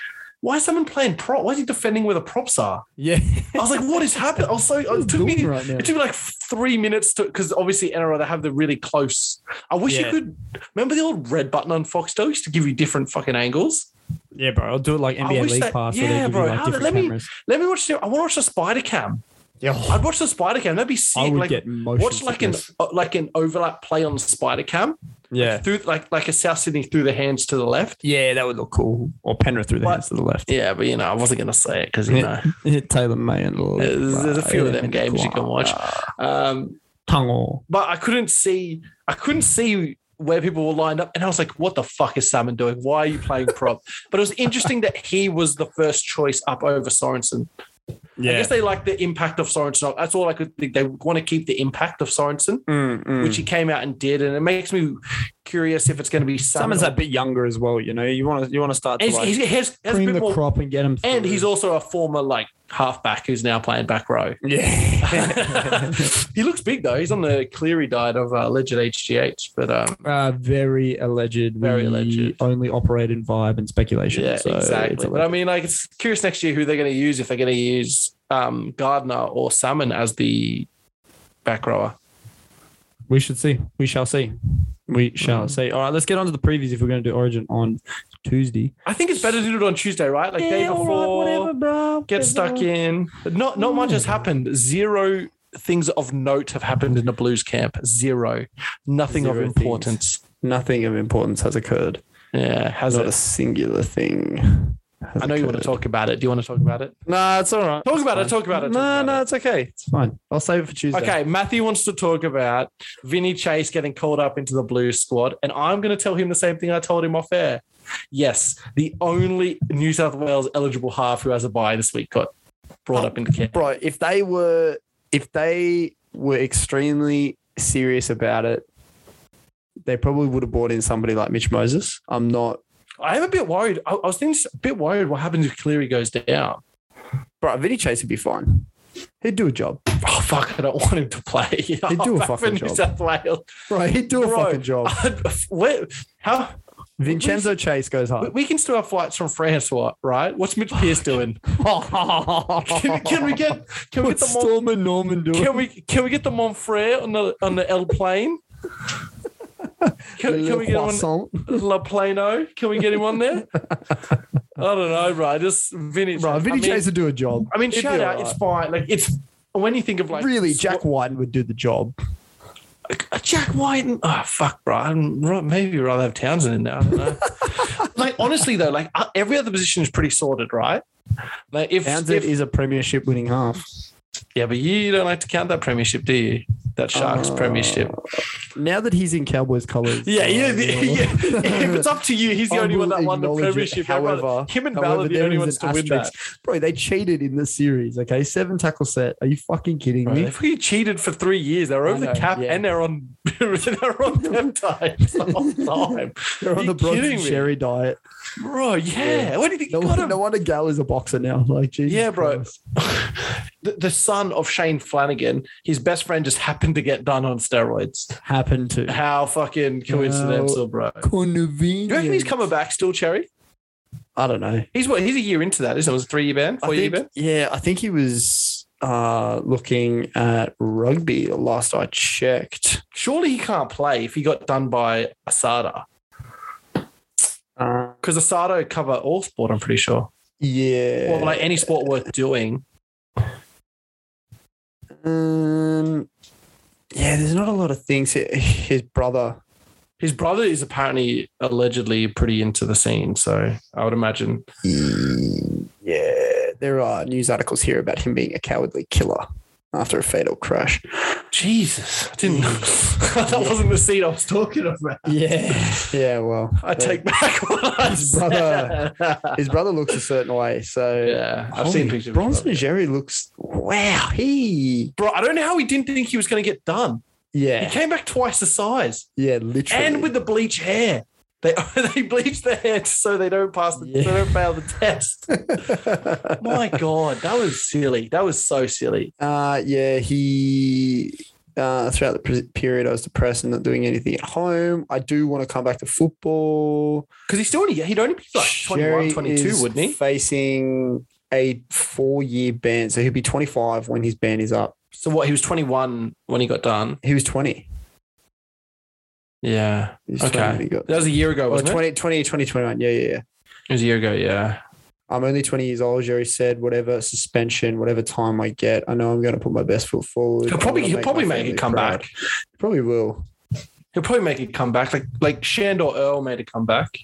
why is someone playing prop? Why is he defending where the props are? Yeah. I was like, what is happening? I was so it took me right now. it took me like three minutes to because obviously NRL they have the really close. I wish Yeah. you could remember the old red button on Foxtel used to give you different fucking angles. Yeah, bro. I'll do it like NBA wish League that- Pass. where they yeah, give you, bro, like, how the- different let me- cameras. Let me watch. The, I want to watch the spider cam. Yeah. I'd watch the spider cam. That'd be sick. I would like, get motion watch like an sickness. uh, like an overlap play on spider cam Yeah. through like like a South Sydney through the hands to the left. Yeah, that would look cool. Or Penrith through the But- hands to the left. Yeah, but you know I wasn't gonna say it because you know Taylor May and there's, there's a few of them games you can watch. Um, Tongue or but I couldn't see I couldn't see where people were lined up, and I was like, "What the fuck is Salmon doing? Why are you playing prop?" but it was interesting that he was the first choice up over Sorensen. I guess they like the impact of Sorensen. That's all I could think. They want to keep the impact of Sorensen, which he Hmm. came out and did, and it makes me curious if it's going to be Salmon. Someone's a bit younger as well, you know. You want to you want to start to He's, like he's, he has, has a cream bit the more, crop and get him. and through. he's also a former like halfback who's now playing back row. yeah, he looks big though. He's on the Cleary diet of uh, alleged HGH, but um, uh, very alleged, Very We alleged. Only operate in vibe and speculation. Yeah, so it's exactly. But I alleged. mean, like, it's curious next year who they're going to use if they're going to use um, Gardner or Salmon as the back rower. we should see. We shall see. We Mm-hmm. shall see. All right, let's get on to the previews if we're going to do Origin on Tuesday. I think it's better to do it on Tuesday, right? Like day before, bro. get stuck in. But not not much has happened. Zero things of note have happened in the Blues camp. Zero, nothing of Zero things. importance. Nothing of importance has occurred. Yeah, has Not it? a singular thing. has I know you want to occurred. talk about it. Do you want to talk about it? Nah, it's all right. Talk It's about it. fine. Talk about it. talk No, about no, it. it's okay. It's fine. I'll save it for Tuesday. Okay, Matthew wants to talk about Vinny Chase getting called up into the Blues squad, and I'm going to tell him the same thing I told him off air. Yes, the only New South Wales eligible half who has a buy this week got brought up into camp. bro if they were if they were extremely serious about it they probably would have brought in somebody like mitch moses i'm not I am a bit worried. I, I was thinking a bit worried what happens if Cleary goes down. bro vinny chase would be fine he'd do a job Oh fuck! I don't want him to play. They do a fucking New job. South Wales. bro he'd do Bro. Where, how vincenzo chase goes we- high we can still have flights from France, what, right? What's Mitch Pearce doing? Can, can we get can we get What's the more Storm and Norman doing? Can we can we get the Monfrere on the on the L plane? Can, can we get him on Croissant. La Plano? Can we get him on there? I don't know, bro. Just Vinny. Bro, Vinny I mean, Chase would do a job. I mean, He'd be shout out. alright. It's fine. Like it's when you think of like really, sw- Jack Whiten would do the job. uh, Jack White. and- Oh fuck, bro. I'm right, maybe rather have Townsend in there. I don't know. like honestly though, like uh, every other position is pretty sorted, right? Like if, Townsend if is a premiership winning half. yeah, but you don't like to count that premiership, do you? That Sharks Uh, premiership. Now that he's in Cowboys colours. Yeah, uh, yeah, you know, yeah. if it's up to you, he's the I only one will that won the acknowledge it. premiership. However- Everyone- him and However, Ballard, the there only is ones to an win that. asterisk. Bro, they cheated in the series, okay? Seven tackle set. Are you fucking kidding Bro, me? if we cheated for three years, they're over I the know, cap yeah. and they're on they're on peptides the whole time, They're on you the bronze kidding and me? sherry diet. bro. Yeah, what do you think? No, you got wonder- him? no wonder Gal is a boxer now. Like, Jesus Yeah, bro. Christ. the, the son of Shane Flanagan, his best friend just happened to get done on steroids. Happened to. How fucking coincidental, bro! Do you reckon he's Convenient. coming back still, Cherry? I don't know. He's what? He's a year into that, isn't it? It was a three-year ban, I four-year think- ban. yeah, I think he was uh, looking at rugby last I checked. Surely he can't play if he got done by Asada Uh, because Asada cover all sport. I'm pretty sure, yeah. or like any sport worth doing. Um, yeah, there's not a lot of things. Hi- His brother, His brother is apparently allegedly pretty into the scene, so I would imagine. yeah, there are news articles here about him being a cowardly killer after a fatal crash. Jesus, I didn't. that wasn't the scene I was talking about. Yeah, yeah. Well, I take back what I His said. his brother looks a certain way. So yeah, I've seen pictures. of his Bronson brother. Jerry looks wow. He Bro, I don't know how he didn't think he was going to get done. He yeah came back twice the size, yeah literally and with the bleach hair. They they bleach their hair so they don't pass the Yeah. they don't fail the test. My God, that was silly. That was so silly. Uh, yeah, he uh, throughout the pre- period I was depressed and not doing anything at home. I do want to come back to football. Because he's still only he'd only be like 21, Sherry 22, is wouldn't he? Facing a four-year ban, so he'll be 25 when his ban is up. So what? He was 21 when he got done. He was 20. Yeah, He was Okay. 20 when he got, that was a year ago, or wasn't 20, 20, 20, 21. Yeah, yeah, yeah. it? It was a year ago. Yeah. I'm only 20 years old. Jerry said, whatever suspension, whatever time I get, I know I'm going to put my best foot forward. He'll I probably wanna he'll my probably make family it come proud." back. Probably will. He'll probably make it come back. Like like Shandor Earl made a comeback.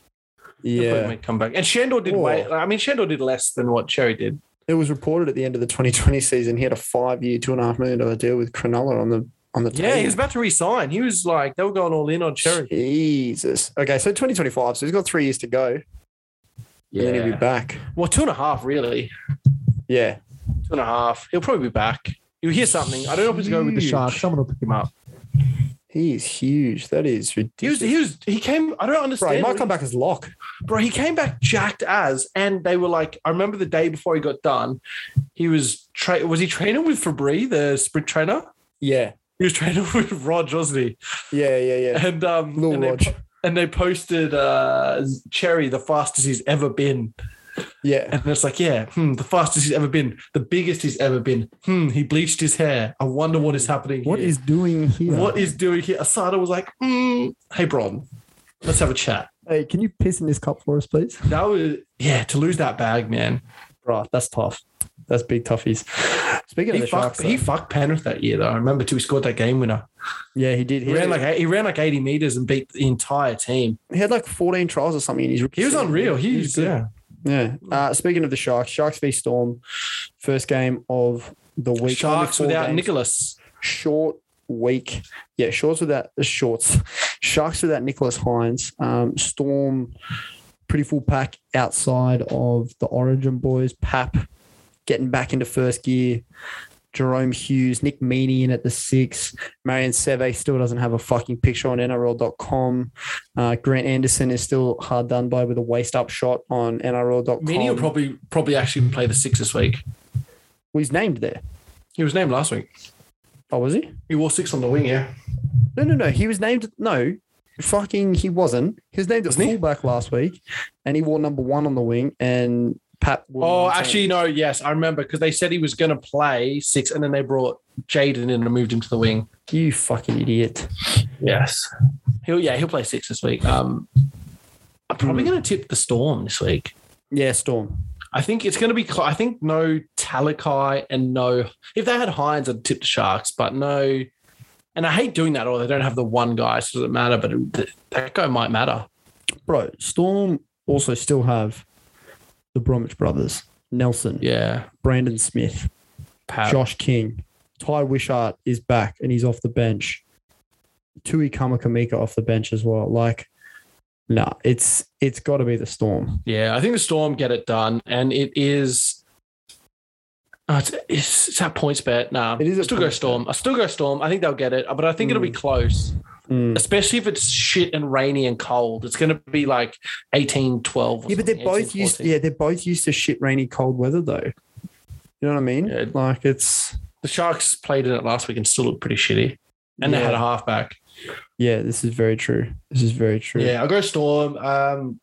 He'll probably Yeah. make a comeback. And Shandor did Or- way. I mean, Shandor did less than what Cherry did. It was reported at the end of the 2020 season he had a five-year, two and a half million dollar deal with Cronulla on the on the Yeah, he table. was about to resign. He was like, they were going all in on Cherry. Jesus. Okay, so 2025. So he's got three years to go. And then he'll be back. Well, two and a half, really. Yeah. Two and a half. He'll probably be back. You'll hear something. I don't know if he's going with the Sharks. Someone will pick him up. He is huge. That is He was, ridiculous. he was, he came. I don't Bro, understand. he what might come back as lock. bro, he came back jacked as, and they were like, I remember the day before he got done, he was tra- was he training with Fabri, the sprint trainer? Yeah. He was training with Rog, wasn't he? Yeah, yeah, yeah. And um, Little and, they, Rog. po- and they posted uh Cherry the fastest he's ever been, Yeah. and it's like, yeah, hmm, the fastest he's ever been, the biggest he's ever been. Hmm, he bleached his hair. I wonder what is happening. What here. is doing here? what is doing here? Asada was like, hmm, hey, Bron, let's have a chat. Hey, can you piss in this cup for us, please? That was yeah, to lose that bag, man. Bro, that's tough. That's big toughies. Speaking of He the fucked, Sharks, he though- fucked Penrith that year, though. I remember too. He scored that game winner. yeah, he did. He ran like he ran like eighty meters and beat the entire team. he had like 14 trials or something. in his He was unreal. He He's was good. yeah. Yeah. Uh, speaking of the Sharks, Sharks v Storm, first game of the week. Only Sharks four without games. Nicholas. Short week. Yeah, shorts without uh, shorts. Sharks without Nicholas Hines. Um, Storm, pretty full pack outside of the Origin boys. Pap getting back into first gear. Jerome Hughes, Nick Meaney in at the six. Marion Seve still doesn't have a fucking picture on NRL.com. Uh, Grant Anderson is still hard done by with a waist up shot on NRL.com. Meany will probably probably actually play the six this week. Well, he's named there. He was named last week. Oh, was he? He wore six on the wing. Yeah, No, no, no. He was named. No, fucking, he wasn't. He was named at Wasn't he? fullback last week, and he wore number one on the wing. And Pat. wore Oh, 19. actually, no. Yes, I remember because they said he was going to play six, and then they brought Jaden in and moved him to the wing. you fucking idiot. Yes, he'll yeah he'll play six this week. Um, I'm probably going to tip the Storm this week. Yeah, Storm. I think it's going to be. cl- I think no Talakai and no. If they had Hines, I'd tip the Sharks, but no. And I hate doing that. Or they don't have the one guy, so it doesn't matter. But it, th- that guy might matter. Bro, Storm also still have the Bromwich brothers: Nelson, Yeah, Brandon Smith, Pat. Josh King, Ty Wishart is back and he's off the bench. Tui Kamakamika off the bench as well. Like, nah, it's it's got to be the Storm. Yeah, I think the Storm get it done, and it is. Oh, it's, it's, it's at points bet. Nah, It is I at still go points bet. Hmm. Storm. I still go Storm. I think they'll get it, but I think it'll be close, Mm. especially if it's shit and rainy and cold. It's going to be like 18, 12. or Yeah, but they're something, both 18, used. 14. Yeah, they're both used to shit, rainy, cold weather, though. You know what I mean? Yeah. Like it's The Sharks played in it last week and still looked pretty shitty. And they had a yeah. halfback. yeah. This is very true. This is very true. Yeah, I'll go Storm. Um,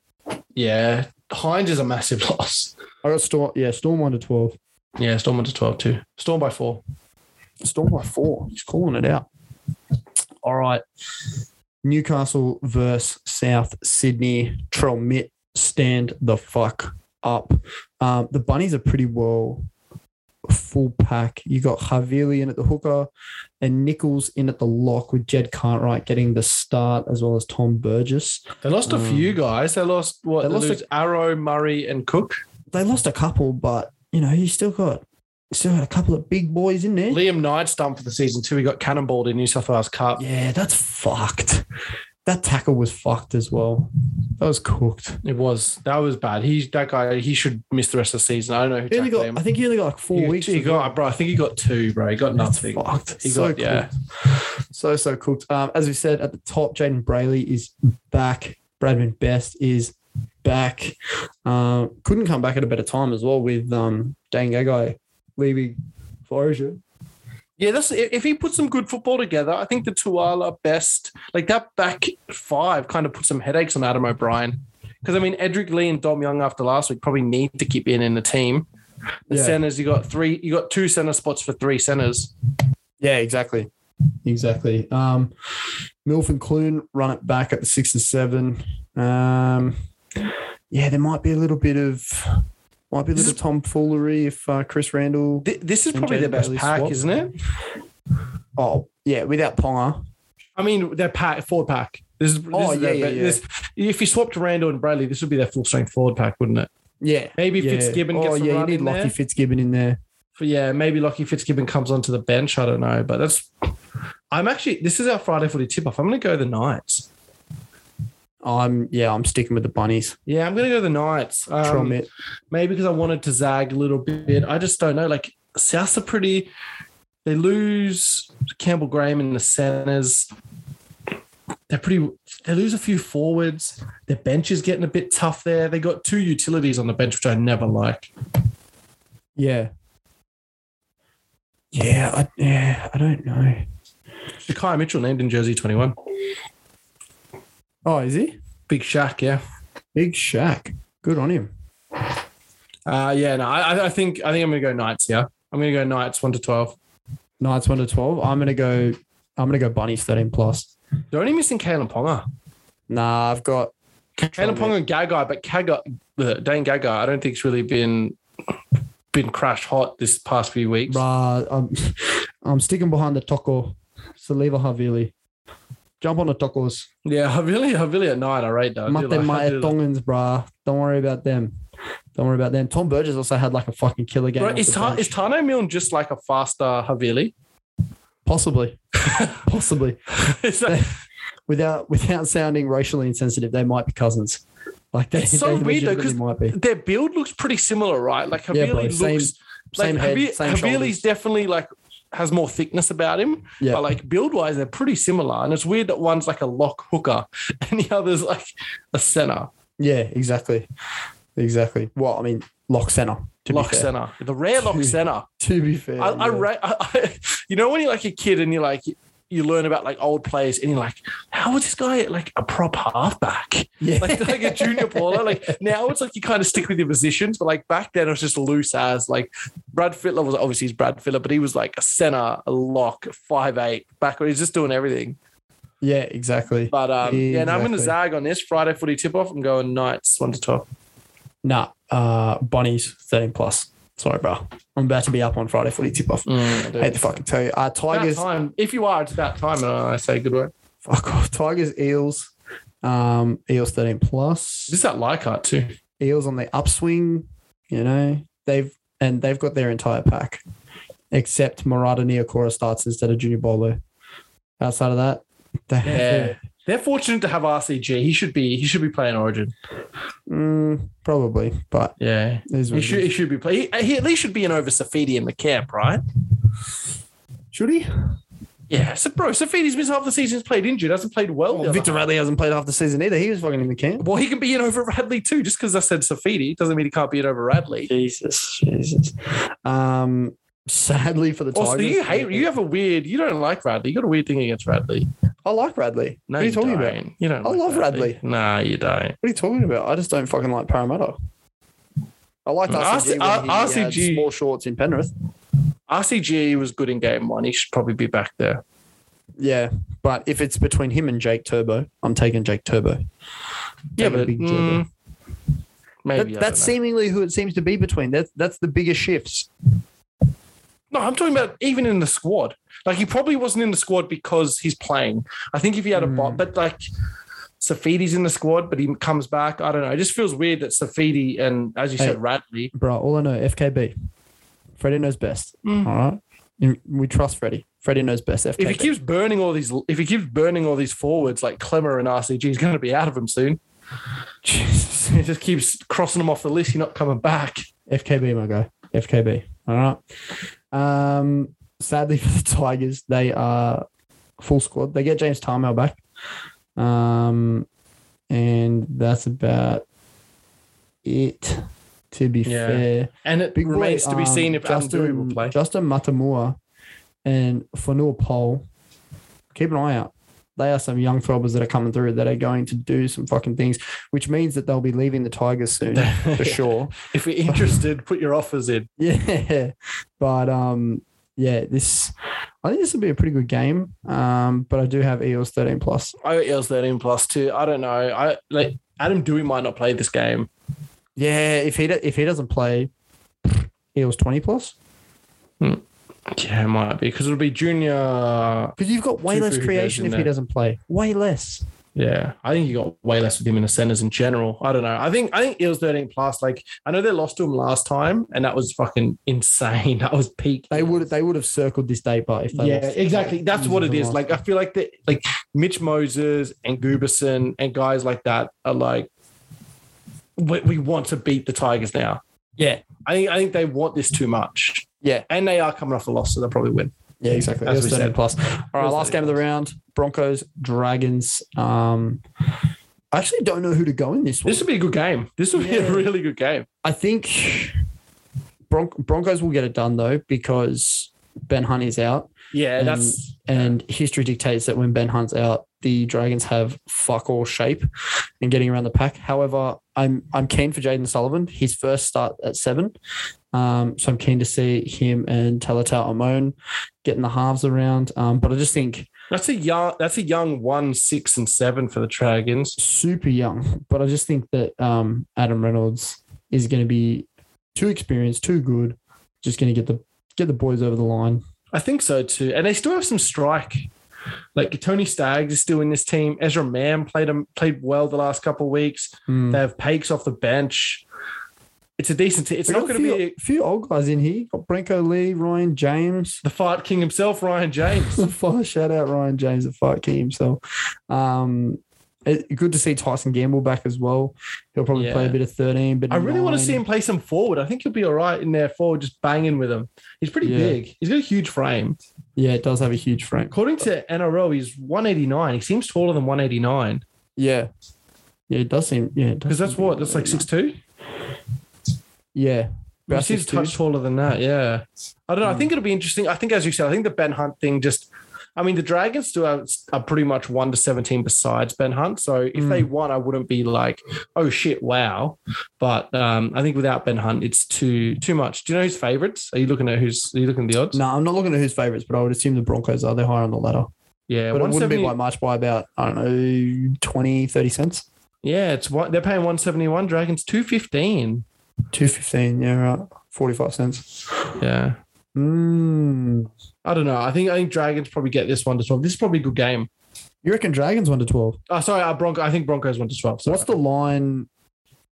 yeah, Hines is a massive loss. I got Storm. Yeah, Storm one to twelve. Yeah, Storm went to 12 too. Storm by four. Storm by four. He's calling it out. All right. Newcastle versus South Sydney. Trelmit, stand the fuck up. Um, the bunnies are pretty well full pack. You got Havili in at the hooker and Nichols in at the lock with Jed Cartwright getting the start as well as Tom Burgess. They lost a Mm. few guys. They lost what? They They, lost lost Arrow, Murray, and Cook. They lost a couple, but you know, you still got still had a couple of big boys in there. Liam Knight's done for the season too. He got cannonballed in New South Wales Cup. Yeah, that's fucked. That tackle was fucked as well. That was cooked. It was that was bad. He that guy he should miss the rest of the season. I don't know who He only tackled got, him. I think he only got like four he, weeks. He as well. got bro. I think he got two, bro. He got That's nothing. fucked. He so got- yeah. cooked. So, so cooked. Um, as we said at the top, Jaden Brayley is back. Bradman Best is back. Um, couldn't come back at a better time as well with um, Dane Gagai leaving Forger. Yeah, that's if if he puts some good football together. I think the Tuala best, like that back five, kind of put some headaches on Adam O'Brien. Because I mean, Edric Lee and Dom Young after last week probably need to keep in in the team. The Yeah. centers, you got three, you got two center spots for three centers. Yeah, exactly. Exactly. Um, Milf and Clune run it back at the six and seven. Um, yeah, there might be a little bit of might be a This little tomfoolery if uh, Chris Randall. Th- this is And probably their Jaden best Bailey pack, swap. isn't it? Oh, yeah, without Ponga. I mean, their pack, forward pack. This is, this Oh, is their yeah, yeah, be- yeah. This, if you swapped Randall and Bradley, this would be their full strength forward pack, wouldn't it? Yeah, Maybe yeah. Fitzgibbon Oh, gets a yeah, run you need in Lockie there. Fitzgibbon in there. For, yeah, maybe Lockie Fitzgibbon comes onto the bench. I don't know, but that's. I'm actually. This is our Friday footy tip off. I'm going to go the Knights. I'm yeah, I'm sticking with the bunnies. Yeah, I'm going to go the Knights. Um, Trom it. maybe because I wanted to zag a little bit. I just don't know. Like Souths are pretty. They lose Campbell Graham in the centers. They're pretty. They lose a few forwards. Their bench is getting a bit tough there. They got two utilities on the bench, which I never like. Yeah. Yeah, I yeah, I don't know. Shakai Mitchell named in jersey twenty one. Oh, is he? Big Shaq, yeah. Big Shack. Good on him. Uh, yeah, no, I, I- I think I think I'm gonna go Knights. Yeah, I'm gonna go Knights one to twelve. Knights one to twelve. I'm gonna go I'm gonna go bunnies thirteen plus. They're only missing Kalen Ponga. Nah, I've got Kalen Ponga and Gagai, but Kaga, uh, Dane Gagai, I don't think's really been been crash hot this past few weeks. uh, I'm I'm sticking behind the Toko. Saliva Havili. Jump on the Tokos. Yeah, I really, I really at night, I rate that. I do Mate like- I Mate do like- Tongans, bruh. Don't worry about them. Don't worry about them. Tom Burgess also had like a fucking killer game. Bro, off is, the Ta- bench. is Tano Milne just like a faster Havili? Possibly. Possibly. it's like, Without without sounding racially insensitive, they might be cousins. Like they, It's so they weird though, legitimately 'cause might be. their build looks pretty similar, right? Like Yeah, Havili bro, looks same- Same like head, Havi- same Havili's shoulders. definitely like has more thickness about him, Yeah. but like build wise, they're pretty similar. And it's weird that one's like a lock hooker and the other's like a center, Yeah, exactly. Exactly. Well, I mean, lock center. To lock be fair. center, the rare lock Dude. center. To be fair. I, I, yeah. ra- I, I you know when you're like a kid and you're like you learn about like old players and you're like how was this guy like a prop halfback Yeah. like like a junior baller like now it's like you kind of stick with your positions but like back then it was just loose as like Brad Fittler was obviously he's Brad Fittler but he was like a center a lock five eight back he's just doing everything yeah, exactly. but um yeah and I'm gonna Exactly. zag on this Friday footy tip off I'm going Knights one to twelve Nah, uh, bunnies 13 plus. Sorry, bro. I'm about to be up on Friday footy tip off. Mm, I hate to fucking tell you. Uh, about Tigers, time if you are it's about time and I say good work fuck off. Tigers, Eels, um, Eels 13 plus. just that Leichhardt too Eels on the upswing, you know, they've and they've got their entire pack, except Murata Neokora starts instead of Junior Bolo. Outside of that, they have Yeah. their- They're fortunate to have RCG. He should be he should be playing Origin. mm, probably, but Yeah. it is what He it should is. he should be playing. He, he at least should be an over Safidi in the camp, right? should he? Yeah. So bro, Safidi's missed half the season, he's played injured, hasn't played well. the other Oh, Victor half. Radley hasn't played half the season either. He was fucking in the camp. well, he can be in over Radley too. Just because I said Safidi doesn't mean he can't be in over Radley. Jesus, Jesus. Um, sadly for the Also, Tigers, you hate you have a weird you don't like Radley. You got a weird thing against Radley. I like Radley. No, what are you talking about? don't. You don't. I love Radley. No, you don't. What are you talking about? I just don't fucking like Parramatta. I liked Mm. RCG. R- when he had RCG. small shorts in Penrith. RCG was good in game one. He should probably be back there. Yeah, but if it's between him and Jake Turbo, I'm taking Jake Turbo. Yeah, Take a but big jab mm, That, maybe I that's don't know. seemingly who it seems to be between. That's that's the biggest shifts. No, I'm talking about even in the squad. Like he probably wasn't in the squad because he's playing. I think if he had a bot, but like Safidi's in the squad, but he comes back. I don't know. It just feels weird that Safidi and as you Hey. said, Radley. Bro, all I know, FKB. Freddie knows best. Mm. All right. You- We trust Freddie. Freddie knows best. FKB. If he keeps burning all these, if he keeps burning all these forwards like Clemmer and RCG, he's going to be out of him soon. Jesus, he just keeps crossing them off the list. He's not coming back. FKB, my guy. FKB. All right. Um, sadly for the Tigers, they are full squad. They get James Tarmel back. Um, and that's about it, to be Yeah. fair. And it Big boy, remains to be um, seen if Astori will play. Justin Matamua and Fanua Pole. Keep an eye out. They are some young throbbers that are coming through that are going to do some fucking things, which means that they'll be leaving the Tigers soon for sure. If you're interested, put your offers in. Yeah. But um yeah, this I think this will be a pretty good game. Um, but I do have Eels 13 plus. I got E Eels 13 plus two. I don't know. I like Adam Dewey might not play this game. Yeah, if he do- if he doesn't play Eels 20 plus. Yeah, it might be because it'll be junior. Because you've got way Two less free goes creation in if he there. doesn't play. Way less. Yeah, I think you got way less with him in the centers in general. I don't know. I think I think E Eels 13 plus. Like I know they lost to him last time, and that was fucking insane. That was peak. They would they would have circled this day but if they Yeah, lost. exactly. That's what it is. Lost. Like I feel like the like Mitch Moses and Gooberson and guys like that are like we, we want to beat the Tigers now. Yeah. I think I think they want this too much. Yeah. And they are coming off a loss, so they'll probably win. Yeah, exactly. As Eels we 13 said. plus. All right, Eels last 13 game of the round, Broncos, Dragons. Um I actually don't know who to go in this one. This would be a good game. This would be Yeah. a really good game. I think Bron- Broncos will get it done though because Ben Hunt is out, Yeah, And- that's and history dictates that when Ben Hunt's out, the Dragons have fuck all shape in getting around the pack. However, I'm I'm keen for Jaden Sullivan. His first start at seven, um, so I'm keen to see him and Talatau Amon getting the halves around. Um, but I just think that's a young that's a young one, six, and seven for the Dragons. super young. But I just think that um, Adam Reynolds is going to be too experienced, too good. Just going to get the get the boys over the line. I think so too. And they still have some strike. Like Tony Staggs is still in this team. Ezra Mann played um, played well the last couple of weeks. Mm. They have Pakes off the bench. It's a decent team. It's We not got going a to few, be few old guys in here. Got Brenko Lee, Ryan James. the fight king himself, Ryan James. Fire shout out Ryan James, the fight king himself. Um, it- good to see Tyson Gamble back as well. He'll probably play a Yeah. bit of thirteen, but I really want to nine. see him play some forward. I think he'll be all right in there forward, just banging with him. He's pretty Yeah. big. He's got a huge frame. Yeah, it does have a huge frame. According to NRL, he's 189. He seems taller than 189 Yeah, yeah, it does seem. Yeah, it does because that's seem- what that's like 6'2. Yeah, He about seems 6'2". touch taller than that. Yeah. I don't know. I think it'll be interesting. I think, as you said, I think the Ben Hunt thing just, I mean, the Dragons do have, are pretty much 1 to 17 besides Ben Hunt. So if Mm. they won, I wouldn't be like, oh shit, wow. But um, I think without Ben Hunt, it's too too much. Do you know who's favorites? Are you looking at who's, are you looking at the odds? No, I'm not looking at who's favourites, but I would assume the Broncos are. They're higher on the ladder, Yeah. but it wouldn't be 170 by much by about I don't know 20, 30 cents, yeah. It's one, they're paying 171, Dragons 215. two fifteen. Yeah, right, forty five cents. Yeah. Mm. I don't know. I think I think Dragons probably get this one to twelve. This is probably a good game. You reckon Dragons one to twelve? Oh, sorry, uh, Bronco. I think Broncos one to twelve. So What's the line?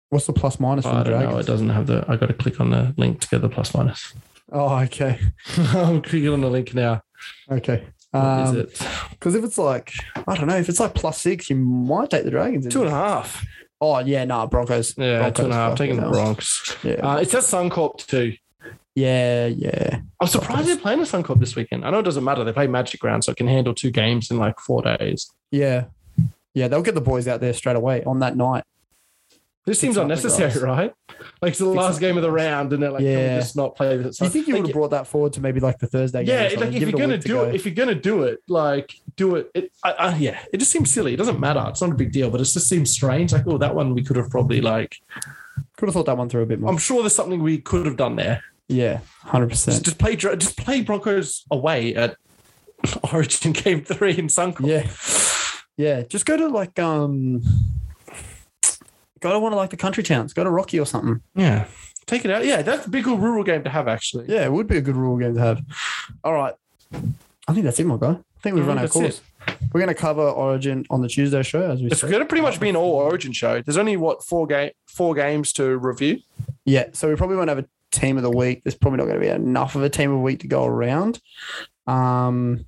What's the plus minus for the I don't know. It Dragons? doesn't have the. I got to click on the link to get the plus minus. Oh, okay, I'm clicking on the link now. Um, okay. What is Because it? if it's like I don't know, if it's like plus six, you might take the Dragons. in. Two and a half. Oh yeah, nah, Broncos. Yeah, two and Broncos, a half. fuck Taking the it. Bronx. Yeah, Uh, it's that Suncorp too. yeah, yeah. I'm surprised they're playing a Suncorp this weekend. I know it doesn't matter. They play Magic Round, so it can handle two games in like four days. Yeah, yeah. They'll get the boys out there straight away on that night. This seems up the unnecessary, guys. right? Like it's the Fix last up game of the round, and they're like, yeah. can Yeah. we just not play this? Do you think you would have brought that forward to maybe like the Thursday? game or Yeah, something? like if Give you're it a gonna week to do go. it, if you're gonna do it, like do it. it I, I, yeah, it just seems silly. It doesn't matter. It's not a big deal, but it just seems strange. Like, oh, that one we could have probably like. Could have thought that one through a bit more. I'm sure there's something we could have done there. yeah, hundred Just, percent. just play, Dro- just play Broncos away at Origin Game Three in Suncorp. Yeah, yeah. Just go to like um, go to one of like the country towns. Go to Rocky or something. yeah. Take it out. Yeah, that's a big good rural game to have actually. Yeah, it would be a good rule game to have. All right, I think that's it, my guy. I think we've Mm, run our that's course. We're going to cover Origin on the Tuesday show, as we It's said. going to pretty much be an all Origin show. There's only what four game four games to review. Yeah, so we probably won't have a team of the week. There's probably not going to be enough of a team of the week to go around. Um,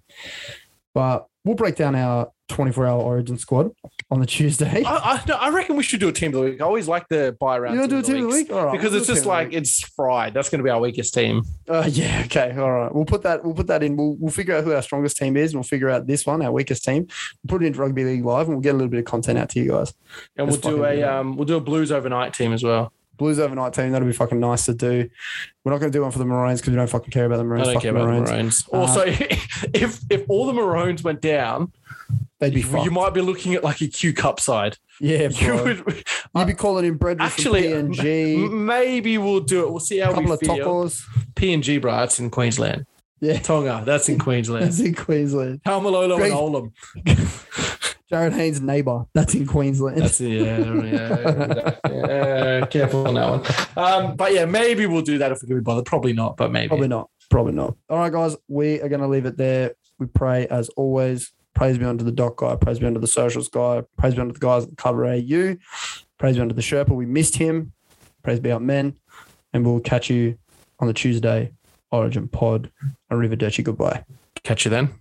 but we'll break down our 24 hour Origin squad on the Tuesday. I, I, no, I reckon we should do a team of the week. I always like the buy round. You want to do a team of the week? All right, Because we'll it's do a just team of the like it's fried. That's going to be our weakest team. Uh, yeah. Okay. All right. We'll put that. We'll put that in. We'll, we'll figure out who our strongest team is, and we'll figure out this one, our weakest team. We'll put it into rugby league live, and we'll get a little bit of content out to you guys. And That's we'll do fucking a good. um, we'll do a Blues overnight team as well. Blues overnight team. That'll be fucking nice to do. We're not going to do one for the Maroons because we don't fucking care about the I Maroons. don't Fuck care the about the Maroons. Maroons. Uh, also, if if all the Maroons went down, They'd be you fucked. might be looking at like a Q Cup side. yeah, You bro. would, You'd be calling in Bread Actually, actually and G. maybe we'll do it. We'll see A how couple we of feel. tacos. P and G, bro. That's in Queensland. Yeah, Tonga. That's in Queensland. that's in Queensland. Tamalolo Great. and Olam. Jared Haynes' neighbour. That's in Queensland. That's yeah, yeah, yeah. Careful on that one. Um, but yeah, maybe we'll do that if we can be bothered. Probably not, but maybe. Probably not. Probably not. All right, guys, we are going to leave it there. We pray as always. Praise be unto the doc guy. Praise be unto the socials guy. Praise be unto the guys that cover AU. Praise be unto the Sherpa. We missed him. Praise be out men. And we'll catch you on the Tuesday Origin Pod. Arrivederci. Goodbye. Catch you then.